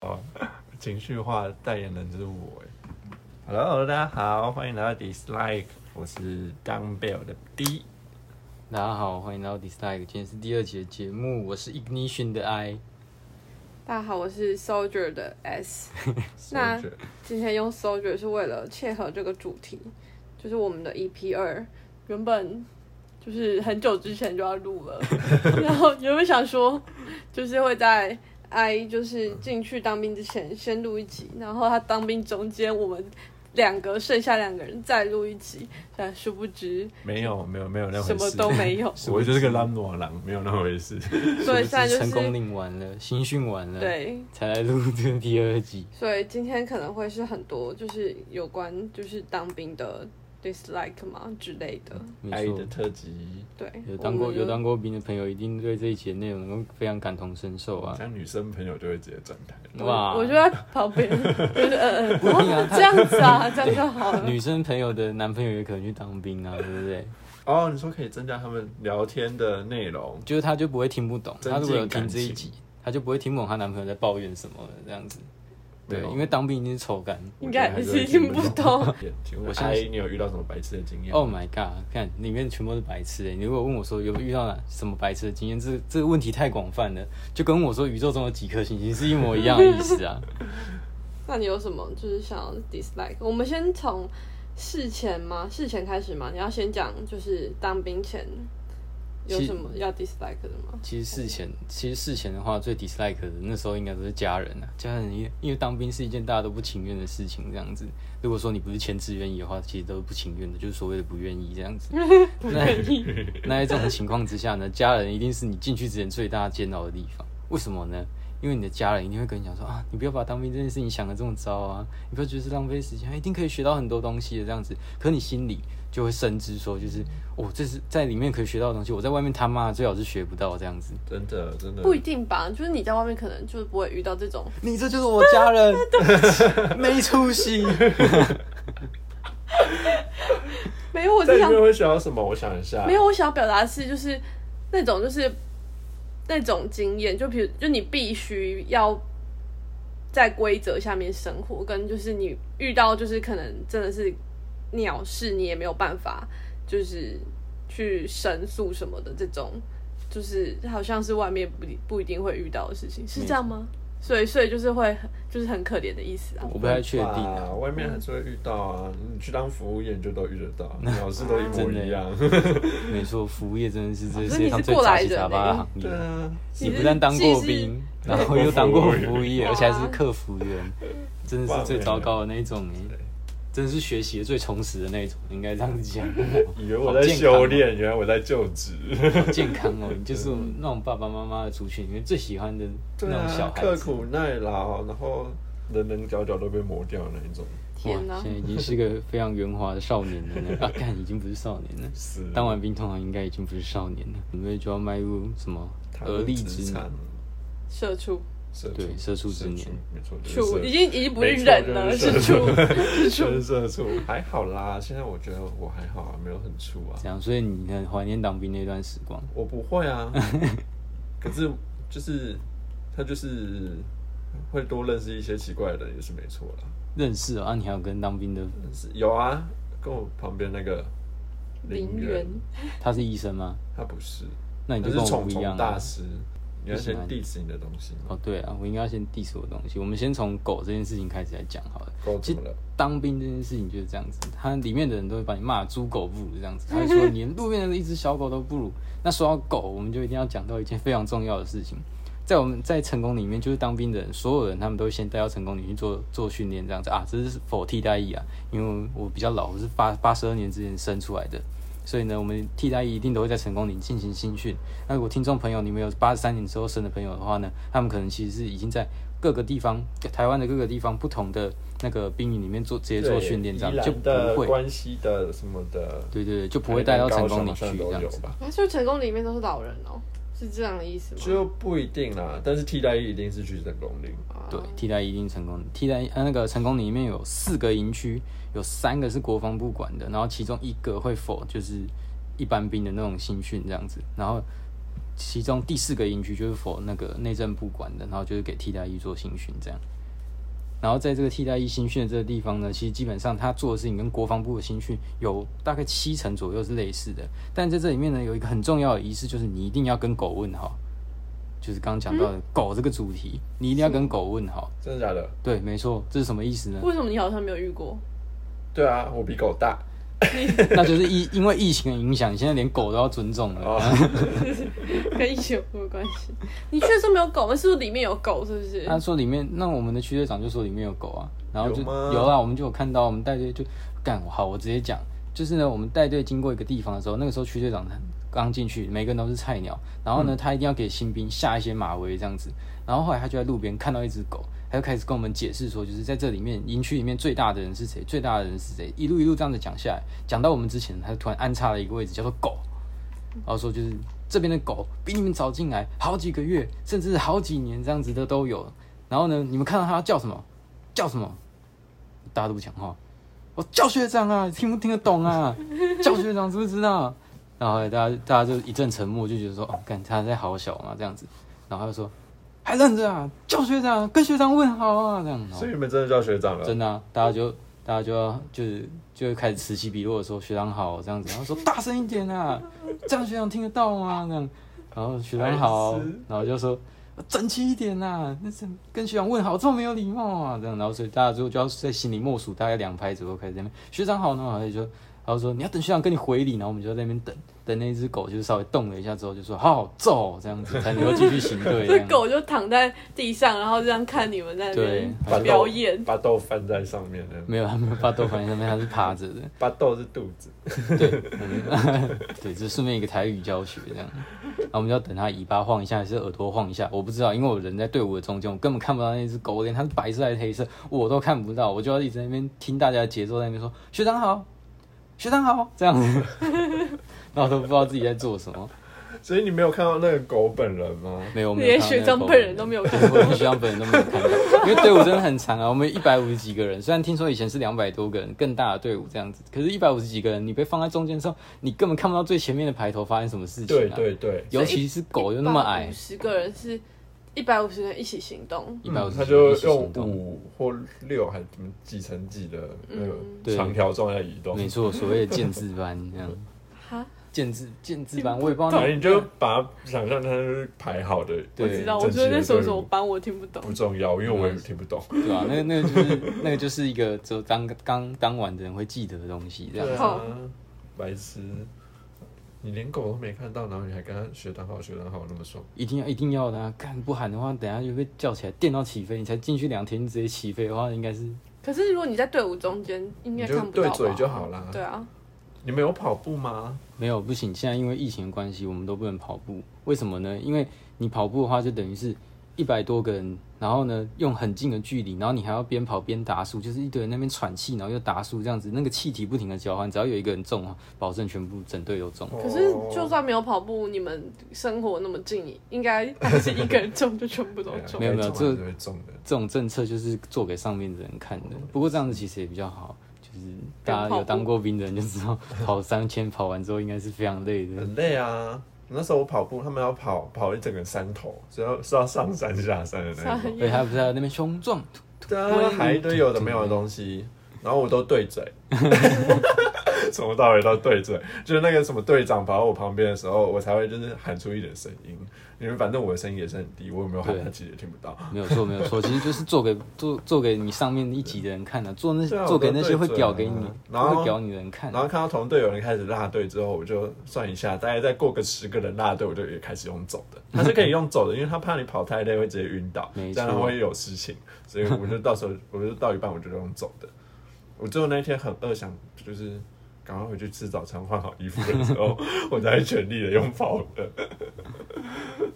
哦种情绪化代言人就是我欸哎。Hello，大家好，欢迎来到 Dislike，我是 Dumbbell 的 D。大家好，欢迎来到 Dislike，今天是第二集的节目，我是 Ignition 的 I。大家好，我是 Soldier 的 S。那今天用 Soldier 是为了切合这个主题，就是我们的 EP 二原本就是很久之前就要录了，然后原本想说就是会在 I 就是进去当兵之前先录一集，然后他当兵中间我们两个剩下两个人再录一集，但殊不知没有没有没有那回事，什么都没有， 我就是个烂暖狼，没有那回事。所以现在就成功是领完了，新训完了，，对才来录这个第二集。所以今天可能会是很多就是有关就是当兵的 dislike 嘛之类的，没爱错的，特辑，对，有当嗯哎我过们就有当过兵的朋友，一定对这一集的内容非常感同身受啊！像女生朋友就会直接转台。哇，我就在旁边，就是呃 呃，一样哦这样子啊，这样就好了。女生朋友的男朋友也可能去当兵啊，对不 对？哦，你说可以增加他们聊天的内容，就是他就不会听不懂，增进他如果有听这一感集情，他就不会听不懂她男朋友在抱怨什么了，这样子。对，没有因为当兵一定是臭干。应该我觉得是还听不懂。 请我问现在 I，你有遇到什么白痴的经验吗？ Oh my god！看里面全部都是白痴欸你如果问我说有没有遇到哪什么白痴的经验，这这个问题太广泛了，就跟我说宇宙中有几颗行星是一模一样的意思啊。 那你有什么就是想要 dislike？我们先从事前吗？事前开始吗？你要先讲就是当兵前有其什么要 dislike 的吗？其实事前，其实事前的话，最 dislike 的那时候应该都是家人啊，家人因为因为当兵是一件大家都不情愿的事情，这样子。如果说你不是签志愿役的话，其实都是不情愿的，就是所谓的不愿意这样子。那那在这种情况之下呢，家人一定是你进去之前最大煎熬的地方。为什么呢？因为你的家人一定会跟你讲说啊，你不要把当兵这件事情想的这么糟啊，你不要觉得是浪费时间，啊一定可以学到很多东西的这样子。可你心里就会深知说，就是哦，这是在里面可以学到的东西，我在外面他妈最好是学不到这样子。真的真的不一定吧，就是你在外面可能就是不会遇到这种，你这就是我家 人，没出息。没有，我在是里想面会想到什么？我想一下，没有，我想要表达的是，就是那种就是那种经验，就比如就你必须要在规则下面生活，跟就是你遇到就是可能真的是鸟事，你也没有办法就是去申诉什么的这种，就是好像是外面不一不一定会遇到的事情，是这样吗？所以所以就是会很就是很可怜的意思啊。我不太确定啊，啊，外面还是会遇到啊。你去当服务业，你就都遇得到，鸟事都一模一 样。没错，服务业真的是这哦世所以界你上是最过杂来七杂人八的欸行对业。啊，你不但当过你是啊兵，然后又当过服务业，哇而且还是客服员，真的是最糟糕的那一种啊欸对真的是学习的最充实的那一种，应该这样 讲。以为我在修炼，原来我在就职。好健康哦，你就是那种爸爸妈妈的族群里面最喜欢的那对种小啊，孩刻子。苦耐劳，然后棱棱角角都被磨掉那一种。哇天哪、，现在已经是个非常圆滑的少年了呢。 啊，看已经不是少年了。是当完兵通常应该已经不是少年了，准备就要迈入什么踏入而立职之场年，，社畜，社畜呃对社畜之年社畜没错，就是畜社已经已经不是没错人了，就是是畜 社，是畜。真社畜还好啦。现在我觉得我还好啊，没有很畜啊。这样，所以你很怀念当兵那段时光。我不会 啊，可是就是他就是会多认识一些奇怪的人也是没错啦。认识哦啊，你还有跟当兵的， 但是有啊，跟我旁边那个陵园，他是医生吗？他不是，那你他就是跟我虫不一虫样大啊。师。你要先为什么 diss 你的东西吗？哦，对啊，我应该先 diss 我的东西。我们先从狗这件事情开始来讲好了。狗其怎实么了？当兵这件事情就是这样子，它里面的人都会把你骂猪狗不如这样子，他会 说连路边的一只小狗都不如。那说到狗，我们就一定要讲到一件非常重要的事情，在我们在成功里面，就是当兵的人，所有人他们都会先带到成功里去做做训练这样子啊，这是否替代役啊？因为我比较老，我是八八十二年之前生出来的。所以呢，我们替代役一定都会在成功里进行新训。那如果听众朋友你们有八十三年之后生的朋友的话呢，他们可能其实是已经在各个地方，台湾的各个地方不同的那个兵营里面做直接做训练，这样就不的会，关系的什么的，对对对，就不会带到成功里去这都样有子。吧？啊，所以成功里面都是老人哦，是这样的意思吗？就不一定啦，但是替代役一定是去成功领。啊对，替代一定成功，替代呃那个成功里面有四个营区，有三个是国防部管的，然后其中一个会否就是一般兵的那种新训这样子，然后其中第四个营区就是否那个内政部管的，然后就是给替代役做新训这样。然后在这个替代役新训的这个地方呢，其实基本上他做的事情跟国防部的新训有大概七成左右是类似的。但在这里面呢，有一个很重要的仪式，就是你一定要跟狗问好，就是刚刚讲到的狗这个主题，你一定要跟狗问好。真的假的？对，没错，这是什么意思呢？为什么你好像没有遇 过？对啊，我比狗大。那就是疫 因为疫情的影响，现在连狗都要尊重了。哦， 跟疫情有没有关系？你确实没有狗，是不是里面有狗？是不是？他说里面，那我们的区队长就说里面有狗啊，然后就有吗有啊，我们就有看到，我们带队就干好，我直接讲，就是呢，我们带队经过一个地方的时候，那个时候区队长他刚进去，每个人都是菜鸟，然后呢，嗯他一定要给新兵下一些马威这样子，然后后来他就在路边看到一只狗，他就开始跟我们解释说，就是在这里面营区里面最大的人是谁，最大的人是谁，一路一路这样子讲下来，讲到我们之前，他就突然安插了一个位置叫做狗，然后说就是这边的狗比你们早进来好几个月，甚至是好几年这样子的都有。然后呢，你们看到它叫什么？叫什么？大家都不讲话。我、叫学长啊，听不听得懂啊？叫学长知不知道？然后后来大家大家就一阵沉默，就觉得说，哦，干他在好小嘛这样子。然后他就说，还愣着啊，叫学长，跟学长问好啊这样。然后所以你们真的叫学长了？真的、啊，大家就大家就要就是就会开始此起彼落的说学长好这样子，然后说大声一点啊，这样学长听得到吗？这样，然后学长好白痴，然后就说整齐一点呐、那是跟学长问好这么没有礼貌啊，这样，然后所以大家就就要在心里默数大概两拍左右开始在那边学长好呢，然后就然后说你要等学长跟你回礼，然后我们就在那边等等那只狗，就是稍微动了一下之后就说好好揍这样子才能够继续行队。这 这样狗就躺在地上，然后这样看你们在那边对把豆表演。把豆翻在上面的，没有，它没有发豆反应上面，它是趴着的。把豆是肚子。对，这顺便一个台语教学这样。然后我们就要等它尾巴晃一下，还是耳朵晃一下，我不知道，因为我人在队伍的中间，我根本看不到那只狗，连它是白色还是黑色我都看不到，我就要一直在那边听大家的节奏，在那边说学长好，学长好这样子，然后都不知道自己在做什么。所以你没有看到那个狗本人吗？没有，我没有连看到那学个长狗本人都没有看过，我们学长本人都没有看到，因为队伍真的很 长啊，我们一百五十几个人，虽然听说以前是两百多个人更大的队伍这样子，可是一百五十几个人，你被放在中间的时候，你根本看不到最前面的排头发生什么事情、啊。对对对，尤其是狗又那么矮五，十个人是一百五十个人一起行动，一百五嗯十，他就用五或六还怎么几层几的那个嗯对长条状在移动，没错，所谓的建制班这样，哈，建制建制班，我也不知道反哪啊正你就把它想象它是排好的，对我知道，我整齐的觉得那时候队伍什么班我听不懂，不重要，因为我也听不懂。对啊吧、那个那个就是那个就是一个只有当刚当晚的人会记得的东西，这样对好啊，白痴，你连狗都没看到，然后你还跟他学长好学长好那么爽，一定要一定要的、啊，看不喊的话，等下就被叫起来电到起飞，你才进去两天你直接起飞的话，应该是可是如果你在队伍中间，应你该就看不对到嘴吧？就好啦。对啊，你们有跑步吗？没有不行。现在因为疫情的关系，我们都不能跑步，为什么呢？因为你跑步的话，就等于是一百多个人，然后呢用很近的距离，然后你还要边跑边打数，就是一堆人那边喘气，然后又打数这样子，那个气体不停的交换，只要有一个人中，保证全部整队都中。哦可是就算没有跑步，你们生活那么近，应该还是一个人中就全部啊都中哦没。有没有这这会中的。这种政策就是做给上面的人看的，不过这样子其实也比较好。就是大边家跑有当步过兵的人就知道，跑三千跑完之后应该是非常累的。很累啊！那时候我跑步，他们要跑跑一整个山头，是要是要上山下山的那种。上所以他不是在那边冲撞，对啊，还一堆有的没有的东西，然后我都对嘴，从头到尾都对嘴。就是那个什么队长跑到我旁边的时候，我才会就是喊出一点声音，因为反正我的声音也是很低，我有没有喊对他其实也听不到。没有错，没有 错，其实就是做给做做给你上面一级的人看的、做那对啊做给那些会屌我都给对准你了、然后会屌你的人看然。后看到同队有人开始拉队之后，我就算一下，大概再过个十个人拉队，我就也开始用走的。他是可以用走的，因为他怕你跑太累会直接晕倒，没错这样他会有事情，所以我就到时候我就到一半我就用走的。我最后那天很饿，想就是赶快回去吃早餐，换好衣服的时候， 我才全力的用跑的。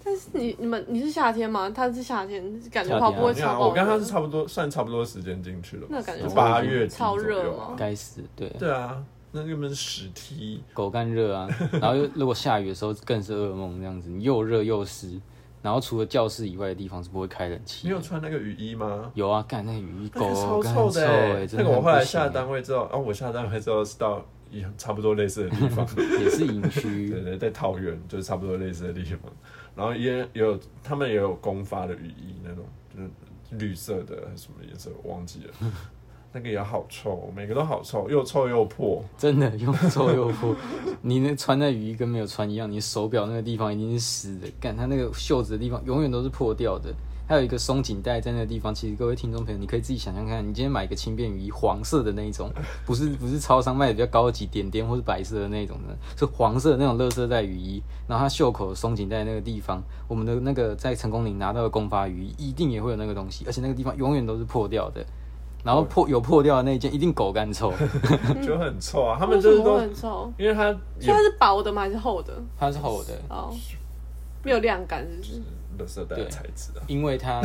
但是你你们你是夏天吗？他是夏天，感觉夏天啊跑步会你看，超爆热。我跟他是差不多，算差不多时间进去了吧，那感觉就八月底超热左右啊吗该死，对，对啊，那根本是屎梯，狗干 热啊，然后又如果下雨的时候更是噩梦这样子，你又热又湿，然后除了教室以外的地方是不会开冷气你有的。穿那个雨衣吗？有啊，干那雨衣那个狗超干臭臭的欸、欸真那个的我很后来不行下欸单位之后，哦，我下单位之后是到一差不多类似的地 方，也是营对区，对，在桃园就是差不多类似的地方。然后也也有他们也有公发的雨衣那种，就是绿色的还是什么颜色，我忘记了。那个也好臭，每个都好臭，又臭又破。真的又臭又破。 你那穿在雨衣跟没有穿一样，你手表那个地方一定是湿的，干它那个袖子的地方永远都是破掉的。还有一个松紧带在那个地方，其实各位听众朋友，你可以自己想象看，你今天买一个轻便雨衣，黄色的那一种， 不是不是超商卖的比较高级点点或是白色的那种的，是黄色的那种乐色带雨衣，然后它袖口松紧带那个地方，我们的那个在成功岭拿到的公发雨衣一定也会有那个东西，而且那个地方永远都是破掉的，然后破有破掉的那一件一定狗干臭，就很臭啊！他他们就是都都，很臭，因为它所以也它是薄的吗？还是厚的？它是厚的，哦，没有晾干，是不是？垃圾袋的对材质啊，因 为它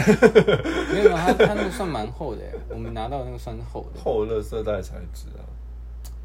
没有它它那个算蛮厚的，我们拿到的那个算是厚的。厚垃圾袋的材质啊，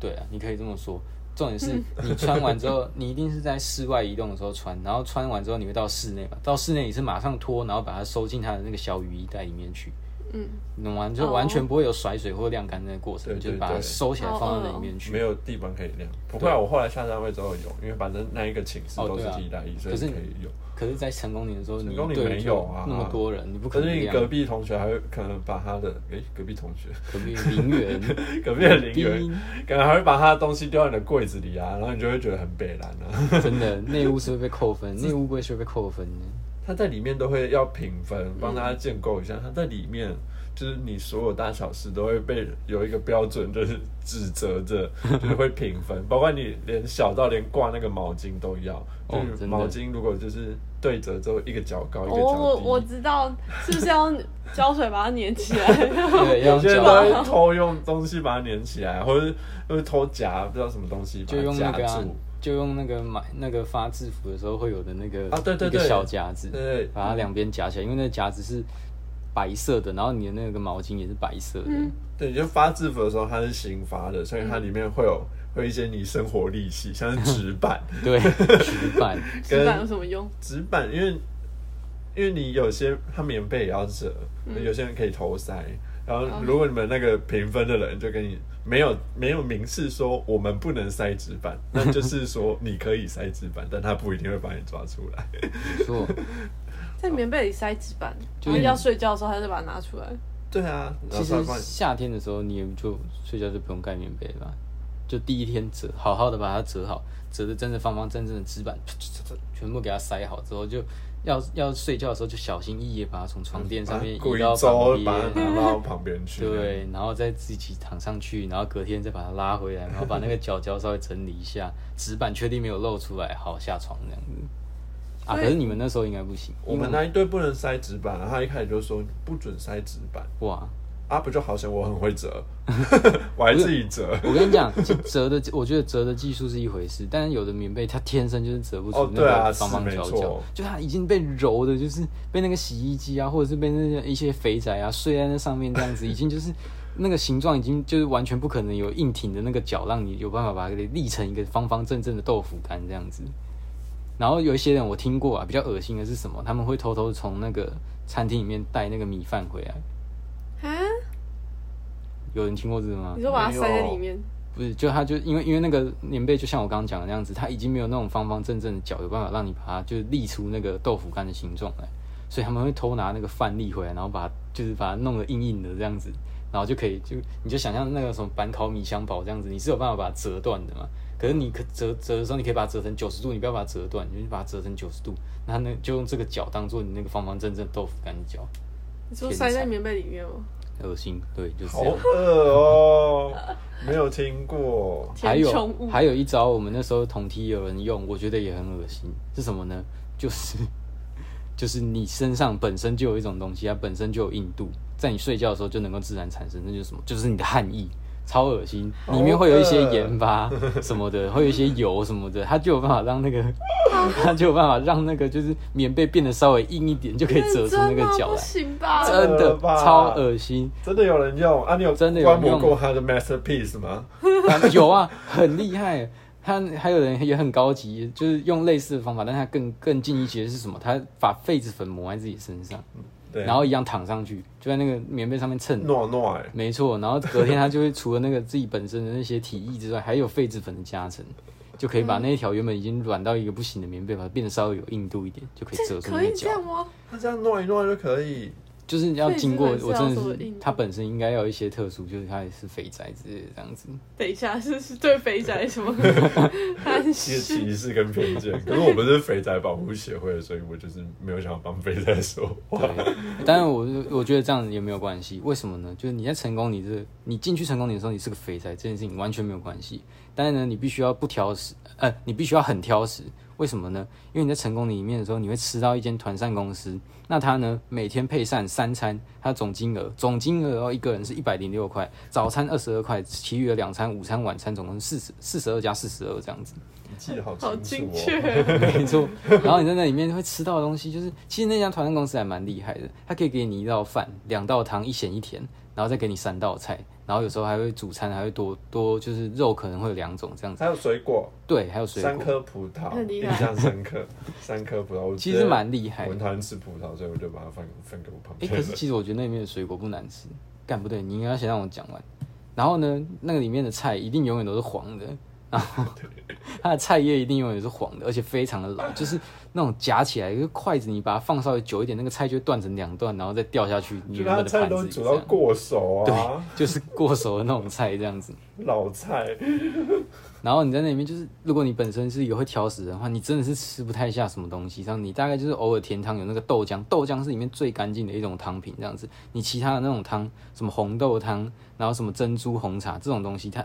对啊，你可以这么说。重点嗯是你穿完之后，你一定是在室外移动的时候穿，然后穿完之后你会到室内吧？到室内你是马上脱，然后把它收进它的那个小雨衣袋里面去，嗯，你懂吗？就哦完全不会有甩水或晾干的过程，对对就是把它对哦收起来放在里面去。没有地方可以晾。不会啊，我后来下单位之后有，因为反正那一个寝室哦都是对啊替代衣，所以可是可你以用。可是，在成功岭的时候，哦成你功岭对没有啊就那么多人，你不可可能是你晾隔壁同学还会可能把他的诶、隔壁同 学，隔壁陵园， 隔壁的邻逼居可能还会把他的东西丢到你的柜子里啊，然后你就会觉得很北蓝啊。 真的内务是会被 扣分，内务柜是会被扣分的。他在里面都会要评分，帮大家建构一下。他在里面就是你所有大小事都会被有一个标准，就是指责 着，就是会评分，包括你连小到连挂那个毛巾都要，就哦是真的毛巾如果就是对折之后一个角高一我个角低。哦哦我我知道，是不是要胶水把它粘起 来？ 对，要有些人交都 会偷用东西把它粘起来，或者或者偷夹不知道什么东西把就用它那夹个啊、住。就用那个买那个发制服的时候会有的那个啊对对一个对小夹子，对把它两边夹起来，因为那个夹子是白色的，然后你的那个毛巾也是白色的，嗯对，你就发制服的时候它是新发的，所以它里面会有会有一些你生活利器，像是纸板， 对，纸板，纸板有什么用？纸板，因为因为你有些它棉被也要折，有些人可以头塞。然后，如果你们那个评分的人就跟你没有没有明示说我们不能塞纸板，那就是说你可以塞纸板，但他不一定会把你抓出来。 没错，在棉被里塞纸哦板，就然是后要睡觉的时候，他就把它拿出来。对啊，然其后实他帮你夏天的时候你也就睡觉就不用盖棉被了吧，就第一天折好好的把它折好，折的真的方方正正的纸板，全部给它塞好之后就。要要睡觉的时候就小心翼翼地把它从床垫上面啊故移意到啊招旁边，把它拿到旁边去。 对，然后再自己躺上去，然后隔天再把它拉回来，然后把那个脚脚稍微整理一下， 纸板确定没有露出来，好下床这样子。啊，所以可是你们那时候应该不行，我们那一队不能塞纸板，然后他一开始就说不准塞纸板。哇！啊，不就好险我很会折， 我还自己折。 我跟你讲，其实折的，我觉得折的技术是一回事，但是有的棉被它天生就是折不哦出那对啊个方是方没角角错，就它已经被揉的，就是被那个洗衣机啊，或者是被那些一些肥宅啊睡在那上面这样子，已经就是那个形状已经就是完全不可能有硬挺的那个角，让你有办法把它给立成一个方方正正的豆腐干这样子。然后有一些人我听过啊，比较恶心的是什么？他们会偷偷从那个餐厅里面带那个米饭回来，啊？有人听过这个吗你？说把它塞在里面？不是，就它就因为因为那个棉被，就像我刚刚讲的那样子，它已经没有那种方方正正的角，有办法让你把它就是立出那个豆腐干的形状来，所以他们会偷拿那个饭粒回来，然后把它就是把它弄得硬硬的这样子，然后就可以就你就想象那个什么板烤米香堡这样子，你是有办法把它折断的嘛？可是你可折折的时候，你可以把它折成九十度，你不要把它折断，你就把它折成九十度，那那就用这个角当做你那个方方正正豆腐干的角，你说塞在棉被里面吗？恶心，对，就是好这样。饿哦，没有听过。还填充有物。还有一招，我们那时候同梯有人用，我觉得也很恶心。是什么呢？就是就是你身上本身就有一种东西，它本身就有硬度，在你睡觉的时候就能够自然产生，那就是什么？就是你的汗液，超恶心，好里面会有一些恶盐巴什么的，会有一些油什么的，它就有办法让那个，它就有办法让那个就是棉被变得稍微硬一点，就可以折出那个真的角不来，行吧？这真的了吧超恶心。真的有人用啊？你有真的有观摩用过他的 masterpiece 吗？啊 有啊，很厉害。他还有人也很高级，就是用类似的方法，但他更更进一阶是什么？他把痱子粉抹在自己身上，对，然后一样躺上去，就在那个棉被上面蹭。诺诺哎，没错，然后隔天他就会除了那个自己本身的那些体液之外，还有痱子粉的加成，就可以把那一条原本已经软到一个不行的棉被，把它变得稍微有硬度一点，就可以这折出可那以个角这。样吗？那这样弄一弄就可以。就是你要经过，所以基我本上真的是有是印它本身应该要有一些特殊，就是它也是肥宅之类的这样子。等一下，是是对肥宅 什么暗一些示？歧视跟偏见。可是我不是肥宅保护协会的，所以我就是没有想要帮肥宅说话。 对，当然我我觉得这样也没有关系，为什么呢？就是你在成功，你这你进去成功你的时候，你是个肥宅，这件事情完全没有关系。但是呢，你必须要不挑食，呃，你必须要很挑食。为什么呢？因为你在成功里面的时候，你会吃到一间团膳公司，那它呢每天配膳三餐，它总金额总金额哦一个人是一百零六块，早餐二十二块，其余的两餐午餐晚餐总共四十四十二加四十二这样子。你记得好好清精楚确哦。哦，没错。然后你在那里面会吃到的东西，就是其实那家团餐公司还蛮厉害的，它可以给你一道饭、两道汤、一咸一甜，然后再给你三道菜，然后有时候还会主餐还会多多，就是肉可能会有两种这样子。还有水果，对，还有水三果，颗葡萄，很厉印害象深刻。三颗葡萄，我其实蛮厉害我很的。讨厌吃葡萄，所以我就把它分分给我旁哎、边可的 是其实我觉得那里面的水果不难吃。干不对，你应该先让我讲完。然后呢，那个里面的菜一定永远都是黄的，然后 它的菜叶一定永远是黄的，而且非常的 老，就是那种夹起来，一个筷子你把它放稍微久一点，那个菜就会断成两段，然后再掉下去你就原他本的菜盘都子里。煮这到样过熟啊，就是过熟的那种菜这样子。老菜。然后你在那里面就是，如果你本身是一个会挑食的话，你真的是吃不太下什么东西。像你大概就是偶尔甜汤有那个豆浆，豆浆是里面最干净的一种汤品，这样子。你其他的那种汤，什么红豆汤，然后什么珍珠红茶这种东西，它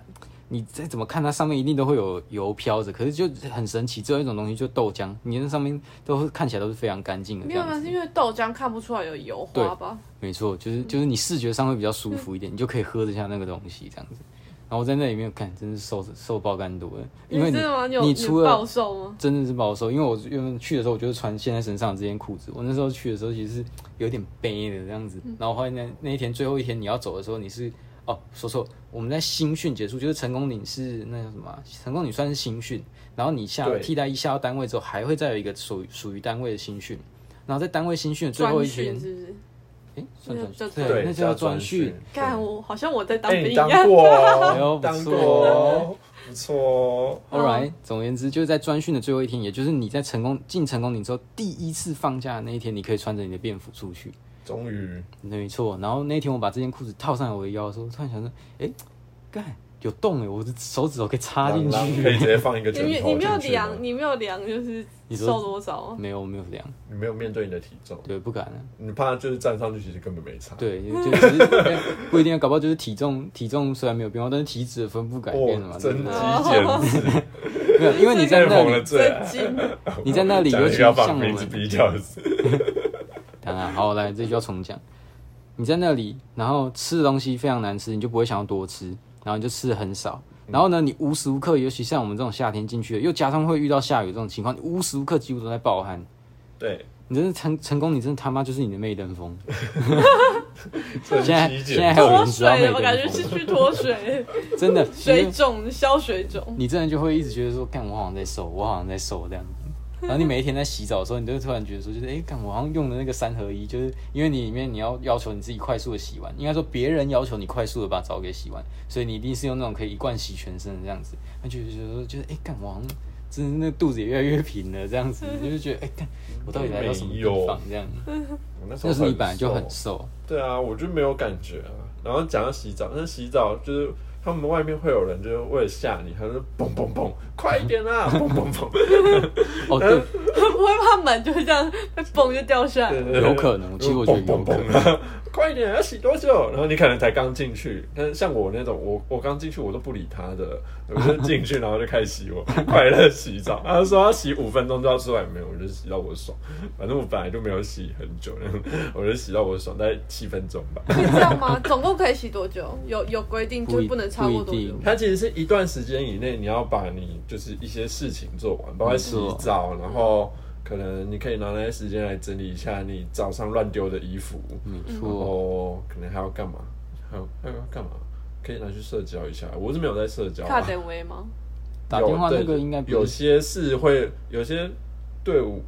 你再怎么看它上面一定都会有油飘着，可是就很神奇，只有一种东西就豆浆，你那上面都是看起来都是非常干净的这没有样啊，子。是因为豆浆看不出来有油花吧？没错，就是就是你视觉上会比较舒服一点，你就可以喝得下那个东西这样嗯子。然后我在那里面看，真是瘦瘦爆肝多了，因为真的吗？你有你有除了暴瘦吗？真的是不好受，因为我原本去的时候，我就是穿现在身上的这件裤子。我那时候去的时候，其实是有点悲的这样嗯子。然后后来那那一天最后一天你要走的时候，你是哦，说错，我们在新训结束，就是成功岭是那叫什么啊、成功岭算是新训，然后你下对替代一下到单位之后，还会再有一个属属于单位的新训。然后在单位新训的最后一天专训，是不是？哎，算专训那叫对，那叫叫专训。。看我好像我在当哎，兵一你当样。过哎呦哦，不当错过哦，不错哦。 All 嗯 right，、总而言之，就是在专训的最后一天，也就是你在成功进成功岭之后第一次放假的那一天，你可以穿着你的便服出去。终于，没错，然后那天我把这件裤子套上来我的腰的时候，突然想说，哎、干有洞哎、我的手指头可以插进朗朗可以直去。接放一个 你枕头没你没有进去吗量，你没有量就是你说瘦多少吗？没有，没有量，你没有面对你的体重，对，不敢了、你怕就是站上去其实根本没差。对，就只是不一定，搞不好就是体重，体重虽然没有变化，但是体脂的分布改 变了嘛，哦，对增不对？肌减 脂，没有，因为你在认那红了里，最爱 真。金，你在那里，讲尤一其个要像我把名字们，比较死，当然，啊好，来，这就要重讲。你在那里，然后吃的东西非常难吃，你就不会想要多吃，然后你就吃的很少。然后呢，你无时无刻，尤其像我们这种夏天进去的，又加上会遇到下雨这种情况，你无时无刻几乎都在暴汗。对，你真的成成功，你真的他妈就是你的媚登峰。增现在肌现在减 还有脂。人知脱道水美了，我感觉国是去 脱水，真的， 水你肿消水肿。你真的就会一直觉得说，干我好像在瘦，我好像在瘦这样子。然后你每一天在洗澡的时候，你都会突然觉得说，就是哎，诶干我好像用的那个三合一，就是因为你里面你要要求你自己快速的洗完，应该说别人要求你快速的把澡给洗完，所以你一定是用那种可以一罐洗全身的这样子。那就觉得说，就是哎，诶干我好像真的那肚子也越来越平了这样子，你就觉得哎，诶干我到底来到什么地方这样？我那时候那是你很本来就很瘦瘦，对啊，我就没有感觉啊。然后讲到洗澡，那洗澡就是他们外面会有人，就是为了吓你，他就嘣嘣嘣，快一点 啊，嘣嘣嘣。哦对，不会怕门就会这样被崩就掉下来对。对对有可能其实我觉得有可能嘣嘣嘣啊快一点，要洗多久？然后你可能才刚进去，但是像我那种，我我刚进去我都不理他的，我就进去然后就开始洗我快乐洗澡。他说要洗五分钟就要出来，没有，我就洗到我爽。反正我本来就没有洗很久，然后我就洗到我爽，大概七分钟吧。可以这样吗？ 总共可以洗多久？有有规定，就不一是不能超过不多一久定？它其实是一段时间以内，你要把你就是一些事情做完，包括洗澡，然后可能你可以拿那些时间来整理一下你早上乱丢的衣服，没然错。后可能还要干嘛？还有还有要干嘛？可以拿去社交一下。我是没有在社交、卡啊，点威吗？打电话那个应该有不对有是些是会有些队伍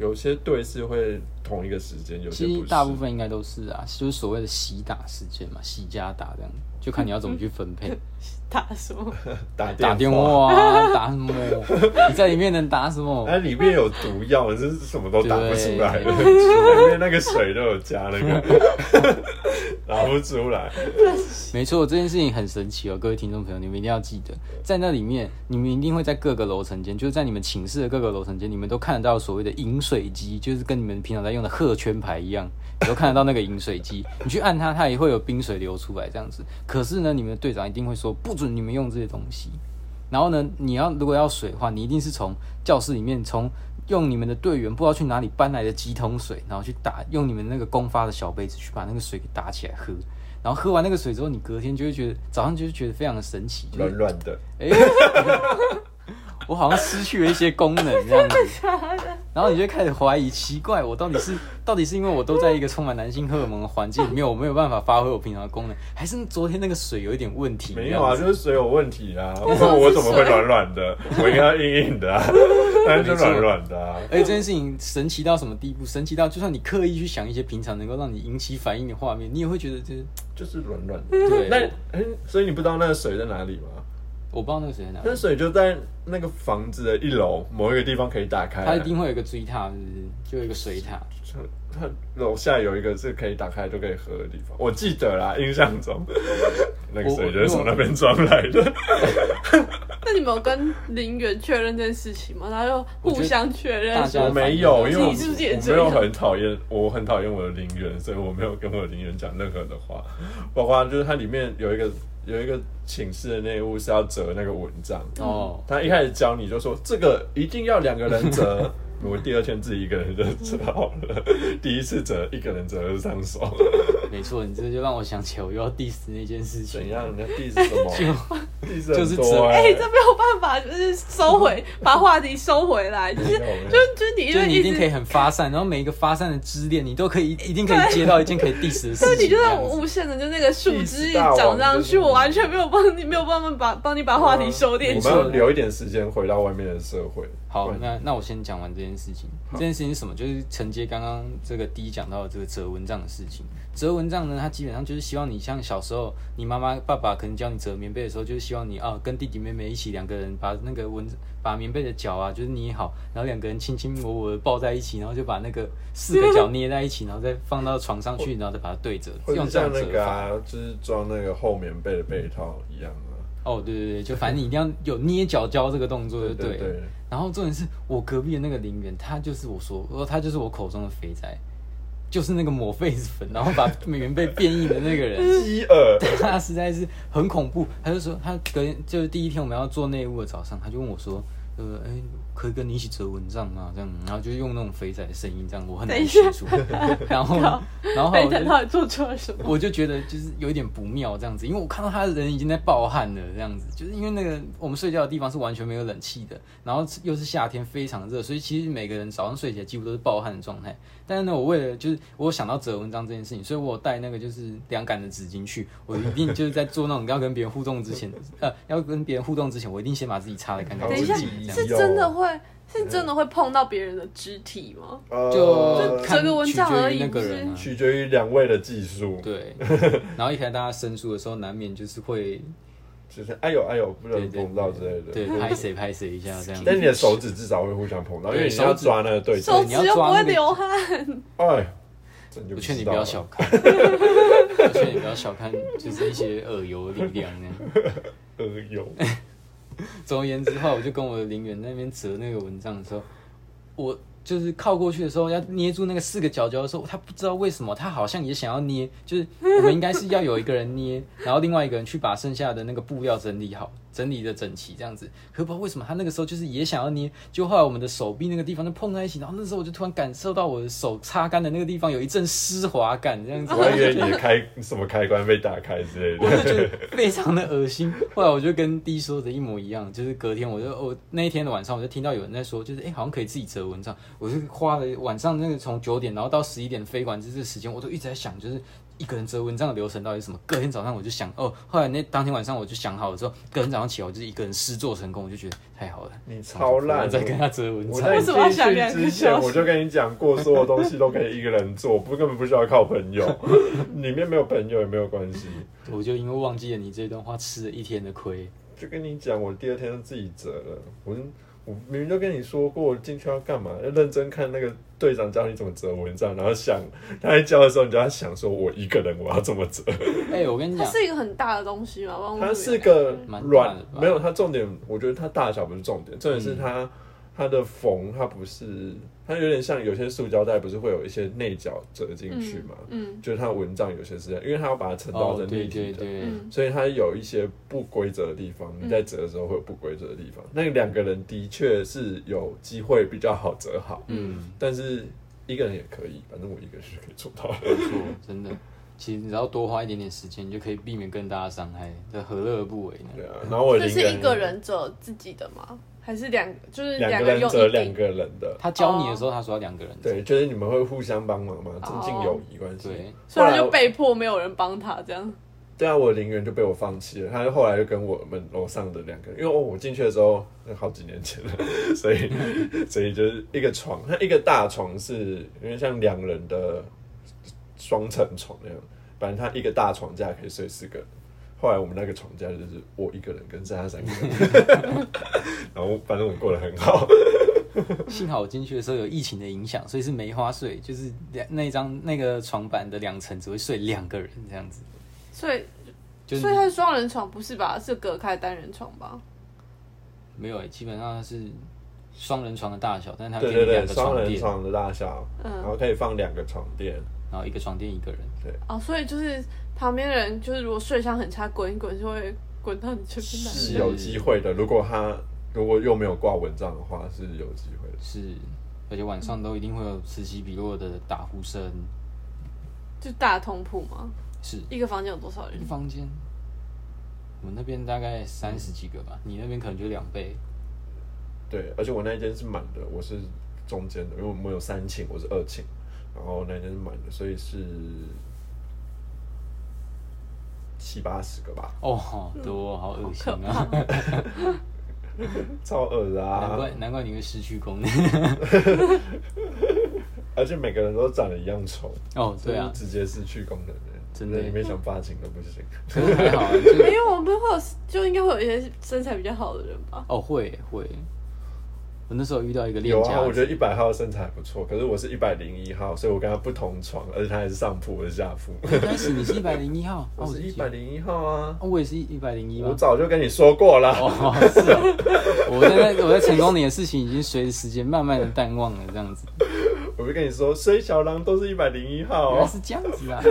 有些队是会同一个时间，有些其不实是。大部分应该都是啊，就是所谓的洗打时间嘛，洗加打这样，就看你要怎么去分配。打什么？ 打打电 电，话啊，打什么？你在里面能打什么？哎，里面有毒药，这是什么都打不出来的，对里面那个水都有加那 个，打不出来。没错，这件事情很神奇哦，各位听众朋友，你们一定要记得，在那里面，你们一定会在各个楼层间，就是在你们寝室的各个楼层间，你们都看得到所谓的饮水机，就是跟你们平常在用的鹤圈牌一样，你都看得到那个饮水机，你去按它，它也会有冰水流出来这样子。可是呢，你们的队长一定会说，不准你们用这些东西。然后呢，你要如果要水的话，你一定是从教室里面从用你们的队员不知道去哪里搬来的几桶水，然后去打用你们那个公发的小杯子去把那个水给打起来喝。然后喝完那个水之后，你隔天就会觉得早上就会觉得非常的神奇，就乱是乱的，哎，我好像失去了一些功能这样子。然后你就会开始怀疑，奇怪，我到底是到底是因为我都在一个充满男性荷尔蒙的环境里面，我没有办法发挥我平常的功能，还是昨天那个水有一点问题？没有啊，这样子就是水有问题啊。为什么我我怎么会软软的？我应该要硬硬的 啊，但是就软软的啊。而且这件事情神奇到什么地步？神奇到就算你刻意去想一些平常能够让你引起反应的画面，你也会觉得就是就是软软的。对。那哎，所以你不知道那个水在哪里吗？我我不知道那个谁在哪里那，水就在那个房子的一楼某一个地方可以打开啊。它一定会有一个追塔，是不是？就有一个水塔。就它楼下有一个是可以打开就可以喝的地方，我记得啦，印象 中那个水就是从那边装来的。那你们有跟林园确认这件事情吗？然后又互相确认大说，家我没有，因为我啊自己是不是也我这没样有很讨厌，我很讨厌我的陵园，所以我没有跟我的陵园讲任何的话，包括就是它里面有一个有一个寝室的内务是要折那个蚊帐，嗯哦，他一开始教你就说这个一定要两个人 折，我第二天自己一个人就折好了，第一次折一个人折得上手，没错，你这就让我想起来我又要 diss 那件事怎情。样？人家 diss 什么？diss 很就是多折哎、哎、这没有办法，就是收回，把话题收回来，就是没有没有就就是你就就是你一一定可以直，很发散，然后每一个发散的支链，你都可以一定可以接到一件可以 diss 的事情。就是你就这是样子无限的，就那个树枝一意识大王长上就是去，我完全没有帮你，没有办法把帮你把话题收敛我住们。要留一点时间回到外面的社会。好，对那那我先讲完这件事情。这件事情是什么？就是承接刚刚这个第一讲到的这个折蚊帐的事情。折蚊帐呢，它基本上就是希望你像小时候，你妈妈、爸爸可能教你折棉被的时候，就是希望你啊跟弟弟妹妹一起两个人把那个蚊把棉被的角啊，就是捏好，然后两个人亲亲我我的抱在一起，然后就把那个四个角捏在一起，然后再放到床 上去，然后再把它对折，或者用这样像折那个法。啊，就是装那个厚棉被的被套一样啊。哦，对对对，就反正你一定要有捏脚胶这个动作，就对了。对对，然后重点是我隔壁的那个林园，他就是我说，呃，他就是我口中的肥仔，就是那个抹痱子粉，然后把棉被变异的那个人， 鸡耳。他实在是很恐怖。他就说，他隔天就是第一天我们要做内务的早上，他就问我说，呃，哎，可以跟你一起折蚊帐吗？这样，然后就用那种肥仔的声音，这样我很难等一叙下述。 然后，然后被我 等就到底做错了什么？我就觉得就是有一点不妙这样子，因为我看到他的人已经在暴汗了这样子，就是因为那个我们睡觉的地方是完全没有冷气的，然后又是夏天非常热，所以其实每个人早上睡起来几乎都是暴汗的状态。但是呢，我为了就是我有想到折蚊帐这件事情，所以我有带那个就是凉感的纸巾去，我一定就是在做那种要跟别人互动之前，呃，要跟别人互动之前，我一定先把自己擦的干干我等净一净下，自己这样是真的会，是真的会碰到别人的肢体吗？呃就看折个蚊帐而取决已于那个人、啊，取决于两位的技术，对。然后一开始大家生疏的时候，难免就是会就是哎呦哎呦不对能对碰到之类的。对，拍谁拍谁一下这样子。但你的手指至少会互相碰到，因为对你要手指抓那个对手角。手你指要又不抓那会个流汗，哎，这就我劝你知不道要了小看， 我劝你不要小看，就是一些耳油的力量那样。呃 有，总而言之的话，我就跟我的陵园那边折那个蚊帐的时候，我就是靠过去的时候要捏住那个四个角角的时候，他不知道为什么，他好像也想要捏，就是我们应该是要有一个人捏，然后另外一个人去把剩下的那个布料整理好，整理的整齐这样子。可不知道为什么他那个时候就是也想要捏，就后来我们的手臂那个地方就碰在一起，然后那时候我就突然感受到我的手擦干的那个地方有一阵湿滑感，这样子。我还以为你的开什么开关被打开之类我的。就觉得非常的恶心。后来我就跟 D 说的一模一样，就是隔天我就我那一天的晚上我就听到有人在说，就是哎、诶好像可以自己折蚊帐。我就花了晚上那个从九点然后到十一点飞管这个时间，我都一直在想，就是一一个人折蚊帐的流程到底是什么。隔天早上我就想，哦，后来那当天晚上我就想好了之后，隔天早上起来我就是一个人施作成功，我就觉得太好了。 你 超烂欸我再跟他折蚊我帐。在你为什么要想进两去个之前小时我就跟你讲过，所有东西都可以一个人做，不根本不需要靠朋友， 里面没有朋友也没有关系。我就因为忘记了你这段话，吃了一天的亏。就跟你讲，我第二天就自己折了。我我明明就跟你说过进去要干嘛，要认真看那个队长教你怎么折蚊帐，然后想他在教的时候，你就要想说，我一个人我要怎么折。哎、我跟你它讲， 是一个很大的东西嘛，万物它园是啊个蛮大软的吧，没有它重点，我觉得它大小不是重点，重点是嗯它、它的缝，它不是它有点像有些塑胶袋不是会有一些内角折进去嘛，嗯就是它的蚊帐有些是这样，因为它要把它撑到哦，成对立体的。对嗯对，嗯所以它有一些不规则的地方，你在折的时候会有不规则的地方。那两个人的确是有机会比较好折好，嗯，但是一个人也可以，反正我一个人是可以做到的。 没错，真的。其实你只要多花一点点时间，你就可以避免更大的伤害，这何乐而不为呢？对啊，然后我这灵是感一个人折自己的吗？还是两就是两个个人用折一两顶？个人的，他教你的时候，他说要两个人，对，就是你们会互相帮忙嘛，增进哦友谊关系。对，所以他后来就我被迫没有人帮他这样。对啊，我的陵园就被我放弃了。他后来就跟我们楼上的两个人，因为哦我我进去的时候那好几年前了， 所 以所以就是一个床，它一个大床是因为像两人的双层床那样，反正它一个大床架可以睡四个人。后来我们那个床架就是我一个人跟剩下三个人， 然后反正我过得很好。幸好我进去的时候有疫情的影响，所以是梅花睡，就是两那一张那个床板的两层只会睡两个人这样子，所以就所以它是双人床不是吧？是隔开单人床吧？没有、欸，基本上是双人床的大小，但是它给对你对两对，个双床人垫，床的大小，然嗯，后可以放两个床垫。然后一个床垫一个人，哦，所以就是旁边的人就是如果睡相很差，滚一滚就会滚到你这边来。是有机会的。如果他如果又没有挂蚊帐的话，是有机会的。是，而且晚上都一定会有此起彼落的打呼声，就大通铺吗？是一个房间有多少嗯人一个？房间。我们那边大概三十几个吧，你那边可能就两倍。对，而且我那一间是满的，我是中间的，因为我们有三寝，我是二寝，然后那一间是满的，所以是七八十个吧，哦，好多，好恶心啊！超恶的难啊怪！难怪你会失去功能。 而且每个人都长得一样丑，哦，对啊就是，直接失去功能的，真的那里面想发情都不行。可是还好啊，就没有，我们会有就应该会有一些身材比较好的人吧？哦会会。我那时候遇到一个练有家啊，子，我觉得一百号身材还不错，可是我是一百零一号，所以我跟他不同床，而且他还是上铺，我是下铺。一开始你是一百零一号，啊 我是一百，几零一号啊啊，我也是一百零一我吗？早就跟你说过了。哦，是哦，我在那我在成功里的事情已经随着时间慢慢的淡忘了，这样子， 我就跟你说，虽小狼都是一百零一号原来哦，是这样子啊！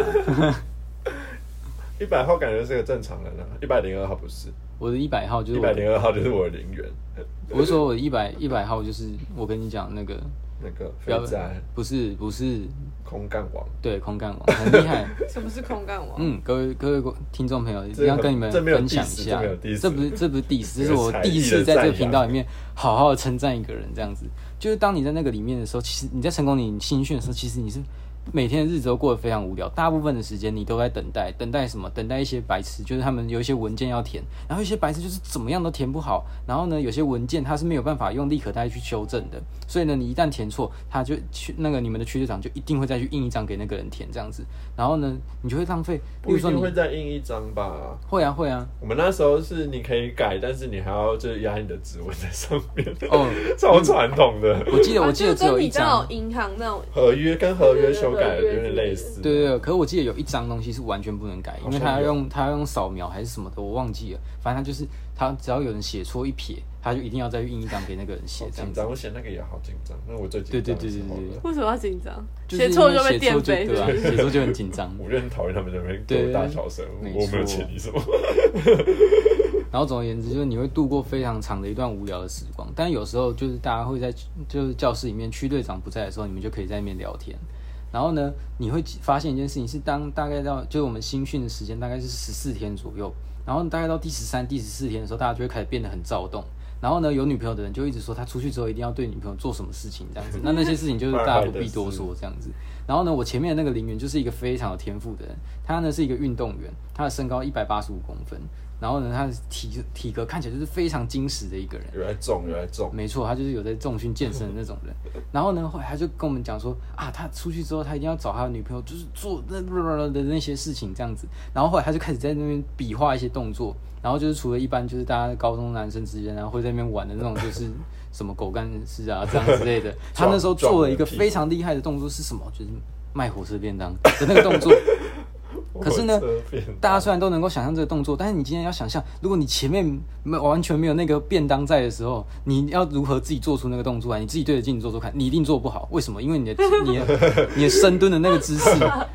一百号感觉是个正常人啊，一百零二号不是，我的一百号就一是百我，零二号就是我的陵园，我是说我的一百一百号就是我跟你讲那个那个肥仔不是不是空干王，对空干王很厉害，什么是空干王？嗯，各位各位观听众朋友，一啊这定个要很跟你们这没有分享 diss，一下这没有，diss 这不是这不是 diss，这 这是个我才第一艺次人在这赞个扬频道里面好好地称赞一个人这样子。就是当你在那个里面的时候，其实你在成功你新训的时候，其实你是每天的日子都过得非常无聊，大部分的时间你都在等待，等待什么？等待一些白痴，就是他们有一些文件要填，然后一些白痴就是怎么样都填不好，然后呢，有些文件它是没有办法用立可带去修正的，所以呢，你一旦填错，他就去那个你们的区队长就一定会再去印一张给那个人填这样子，然后呢，你就会浪费，例不如一说你定会再印一张吧。会啊会啊，我们那时候是你可以改，但是你还要就是压你的指纹在上 面，哦，超传统的我记得啊我记得就只跟有你一知道张，银行那种，合约跟合约修改对对对有点类似。啊对对对，可是我记得有一张东西是完全不能改，因为好他像要有用他要用扫描还是什么的，我忘记了。反正他就是他只要有人写错一撇，他就一定要再去印一张给那个人写好这样紧子。张，我写那个也好紧张，那我最紧对对张对的对时候对了。为什么要紧张？就是因写为错就被写垫错就背，对啊，是不是写错就很紧张。我就很讨厌他们在那边对给我大小声，没我没有错欠你什么。然后总而言之，就是你会度过非常长的一段无聊的时光。但有时候就是大家会在就是教室里面，区队长不在的时候，你们就可以在那边聊天。然后呢，你会发现一件事情是，当大概到就是我们新训的时间大概是十四天左右，然后大概到第十三、第十四天的时候，大家就会开始变得很躁动。然后呢，有女朋友的人就一直说他出去之后一定要对女朋友做什么事情这样子，那那些事情就是大家不必多说这样子。然后呢，我前面的那个林园就是一个非常有天赋的人，他呢是一个运动员，他的身高一百八十五公分，然后呢，他的体体格看起来就是非常精实的一个人。有在重，有在重，没错，他就是有在重训健身的那种人。然后呢，后来他就跟我们讲说啊，他出去之后，他一定要找他的女朋友，就是做那的那些事情这样子。然后后来他就开始在那边比划一些动作，然后就是除了一般就是大家高中男生之间啊会在那边玩的那种，就是什么狗干事啊这样之类的。他那时候做了一个非常厉害的动作是什么？就是卖火车便当的那个动作。可是呢火车便当，大家虽然都能够想象这个动作，但是你今天要想象，如果你前面没完全没有那个便当在的时候，你要如何自己做出那个动作来？你自己对着镜子做做看，你一定做不好。为什么？因为你的你的你的深蹲的那个姿势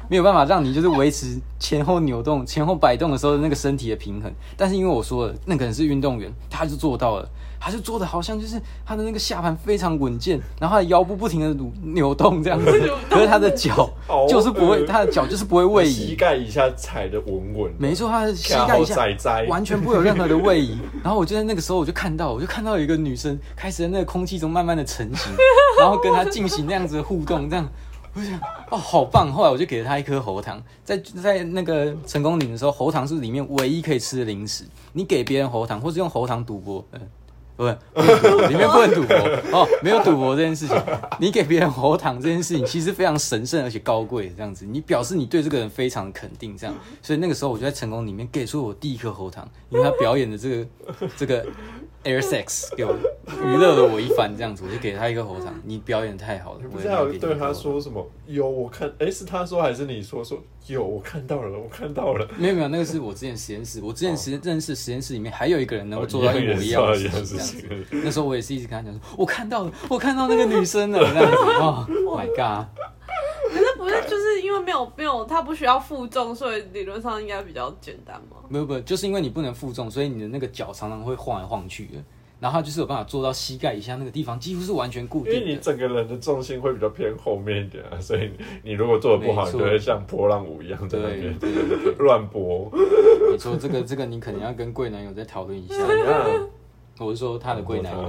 没有办法让你就是维持前后扭动、前后摆动的时候的那个身体的平衡。但是因为我说了，那个人是运动员，他就做到了。他就做的好像就是他的那个下盘非常稳健，然后他的腰部不停的扭扭动这样子，可是他的脚好恶就是不会，他的脚就是不会位移膝，盖以下踩的稳稳的，没错，他的膝盖一然后 下仔仔完全不会有任何的位移。然后我就在那个时候，我就看到，我就看到有一个女生开始在那个空气中慢慢的成型，然后跟他进行那样子的互动，这样。我就想，哦，好棒！后来我就给了他一颗喉糖，在在那个成功岭的时候，喉糖是里面唯一可以吃的零食。你给别人喉糖，或是用喉糖赌博，嗯、不是不 能赌博，里面不能赌博哦，没有赌博这件事情。你给别人喉糖这件事情，其实非常神圣而且高贵，这样子，你表示你对这个人非常肯定，这样。所以那个时候我就在成功里面给出我第一颗喉糖，因为他表演的这个这个 air sex 给我娱乐了我一番，这样子，我就给他一个喉糖。你表演得太好了，你不我是也还要给有你对一颗他喉糖说什么？有，我看，哎、是他说还是你说？说有，我看到了，我看到了。没有没有，那个是我之前实验室，我之前实验认识实验室里面还有一个人能够哦做到一模一样的一事样的情，这事样情子。 那时候我也是一直跟他讲说，我看到了，我看到那个女生了， 这样子哦，My God，可是不是就是因为没有没有他不需要负重，所以理论上应该比较简单嘛。没有没有，就是因为你不能负重，所以你的那个脚常常会晃来晃去的。然后他就是有办法做到膝盖以下那个地方几乎是完全固因为定你的，整个人的重心会比较偏后面一点啊，所以你如果做的不好，没你错就会像波浪舞一样在那对边对对，乱拨。没错，这个这个你可能要跟贵男友再讨论一下。哦我是说 他的贵男 友，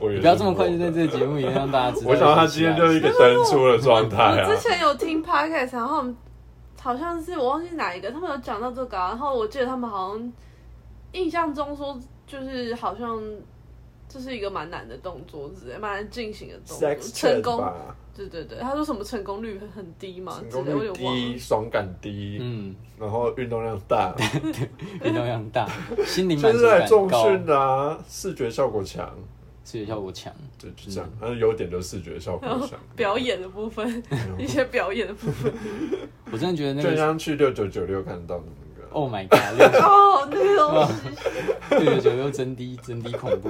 我你也不要这么快就在这个节目里面让大家知道。我想到他今天啊就是一个登出的状态啊 我之。前有听 podcast，然后好像是我忘记哪一个，他们有讲到这个啊、然后我记得他们好像印象中说，就是好像这是一个蛮难的动作之类，蛮难进行的动作， Sex 成 chat 功，吧，对对对，他说什么成功率很很低嘛，成之功类，我率有点忘了低，。爽感低，嗯，然后运动量大，运动量 大，心灵就 满是足在重感高，训的啊，视觉效果强，视觉效果强。对，就这样。嗯它的优点就是视觉效果强， 表演的部分，嗯一些表演的部分。我真的觉得那就个像去六九九六看到的那个， ，Oh my God，六九哦，那个 东西，六九九又真低，真低恐怖。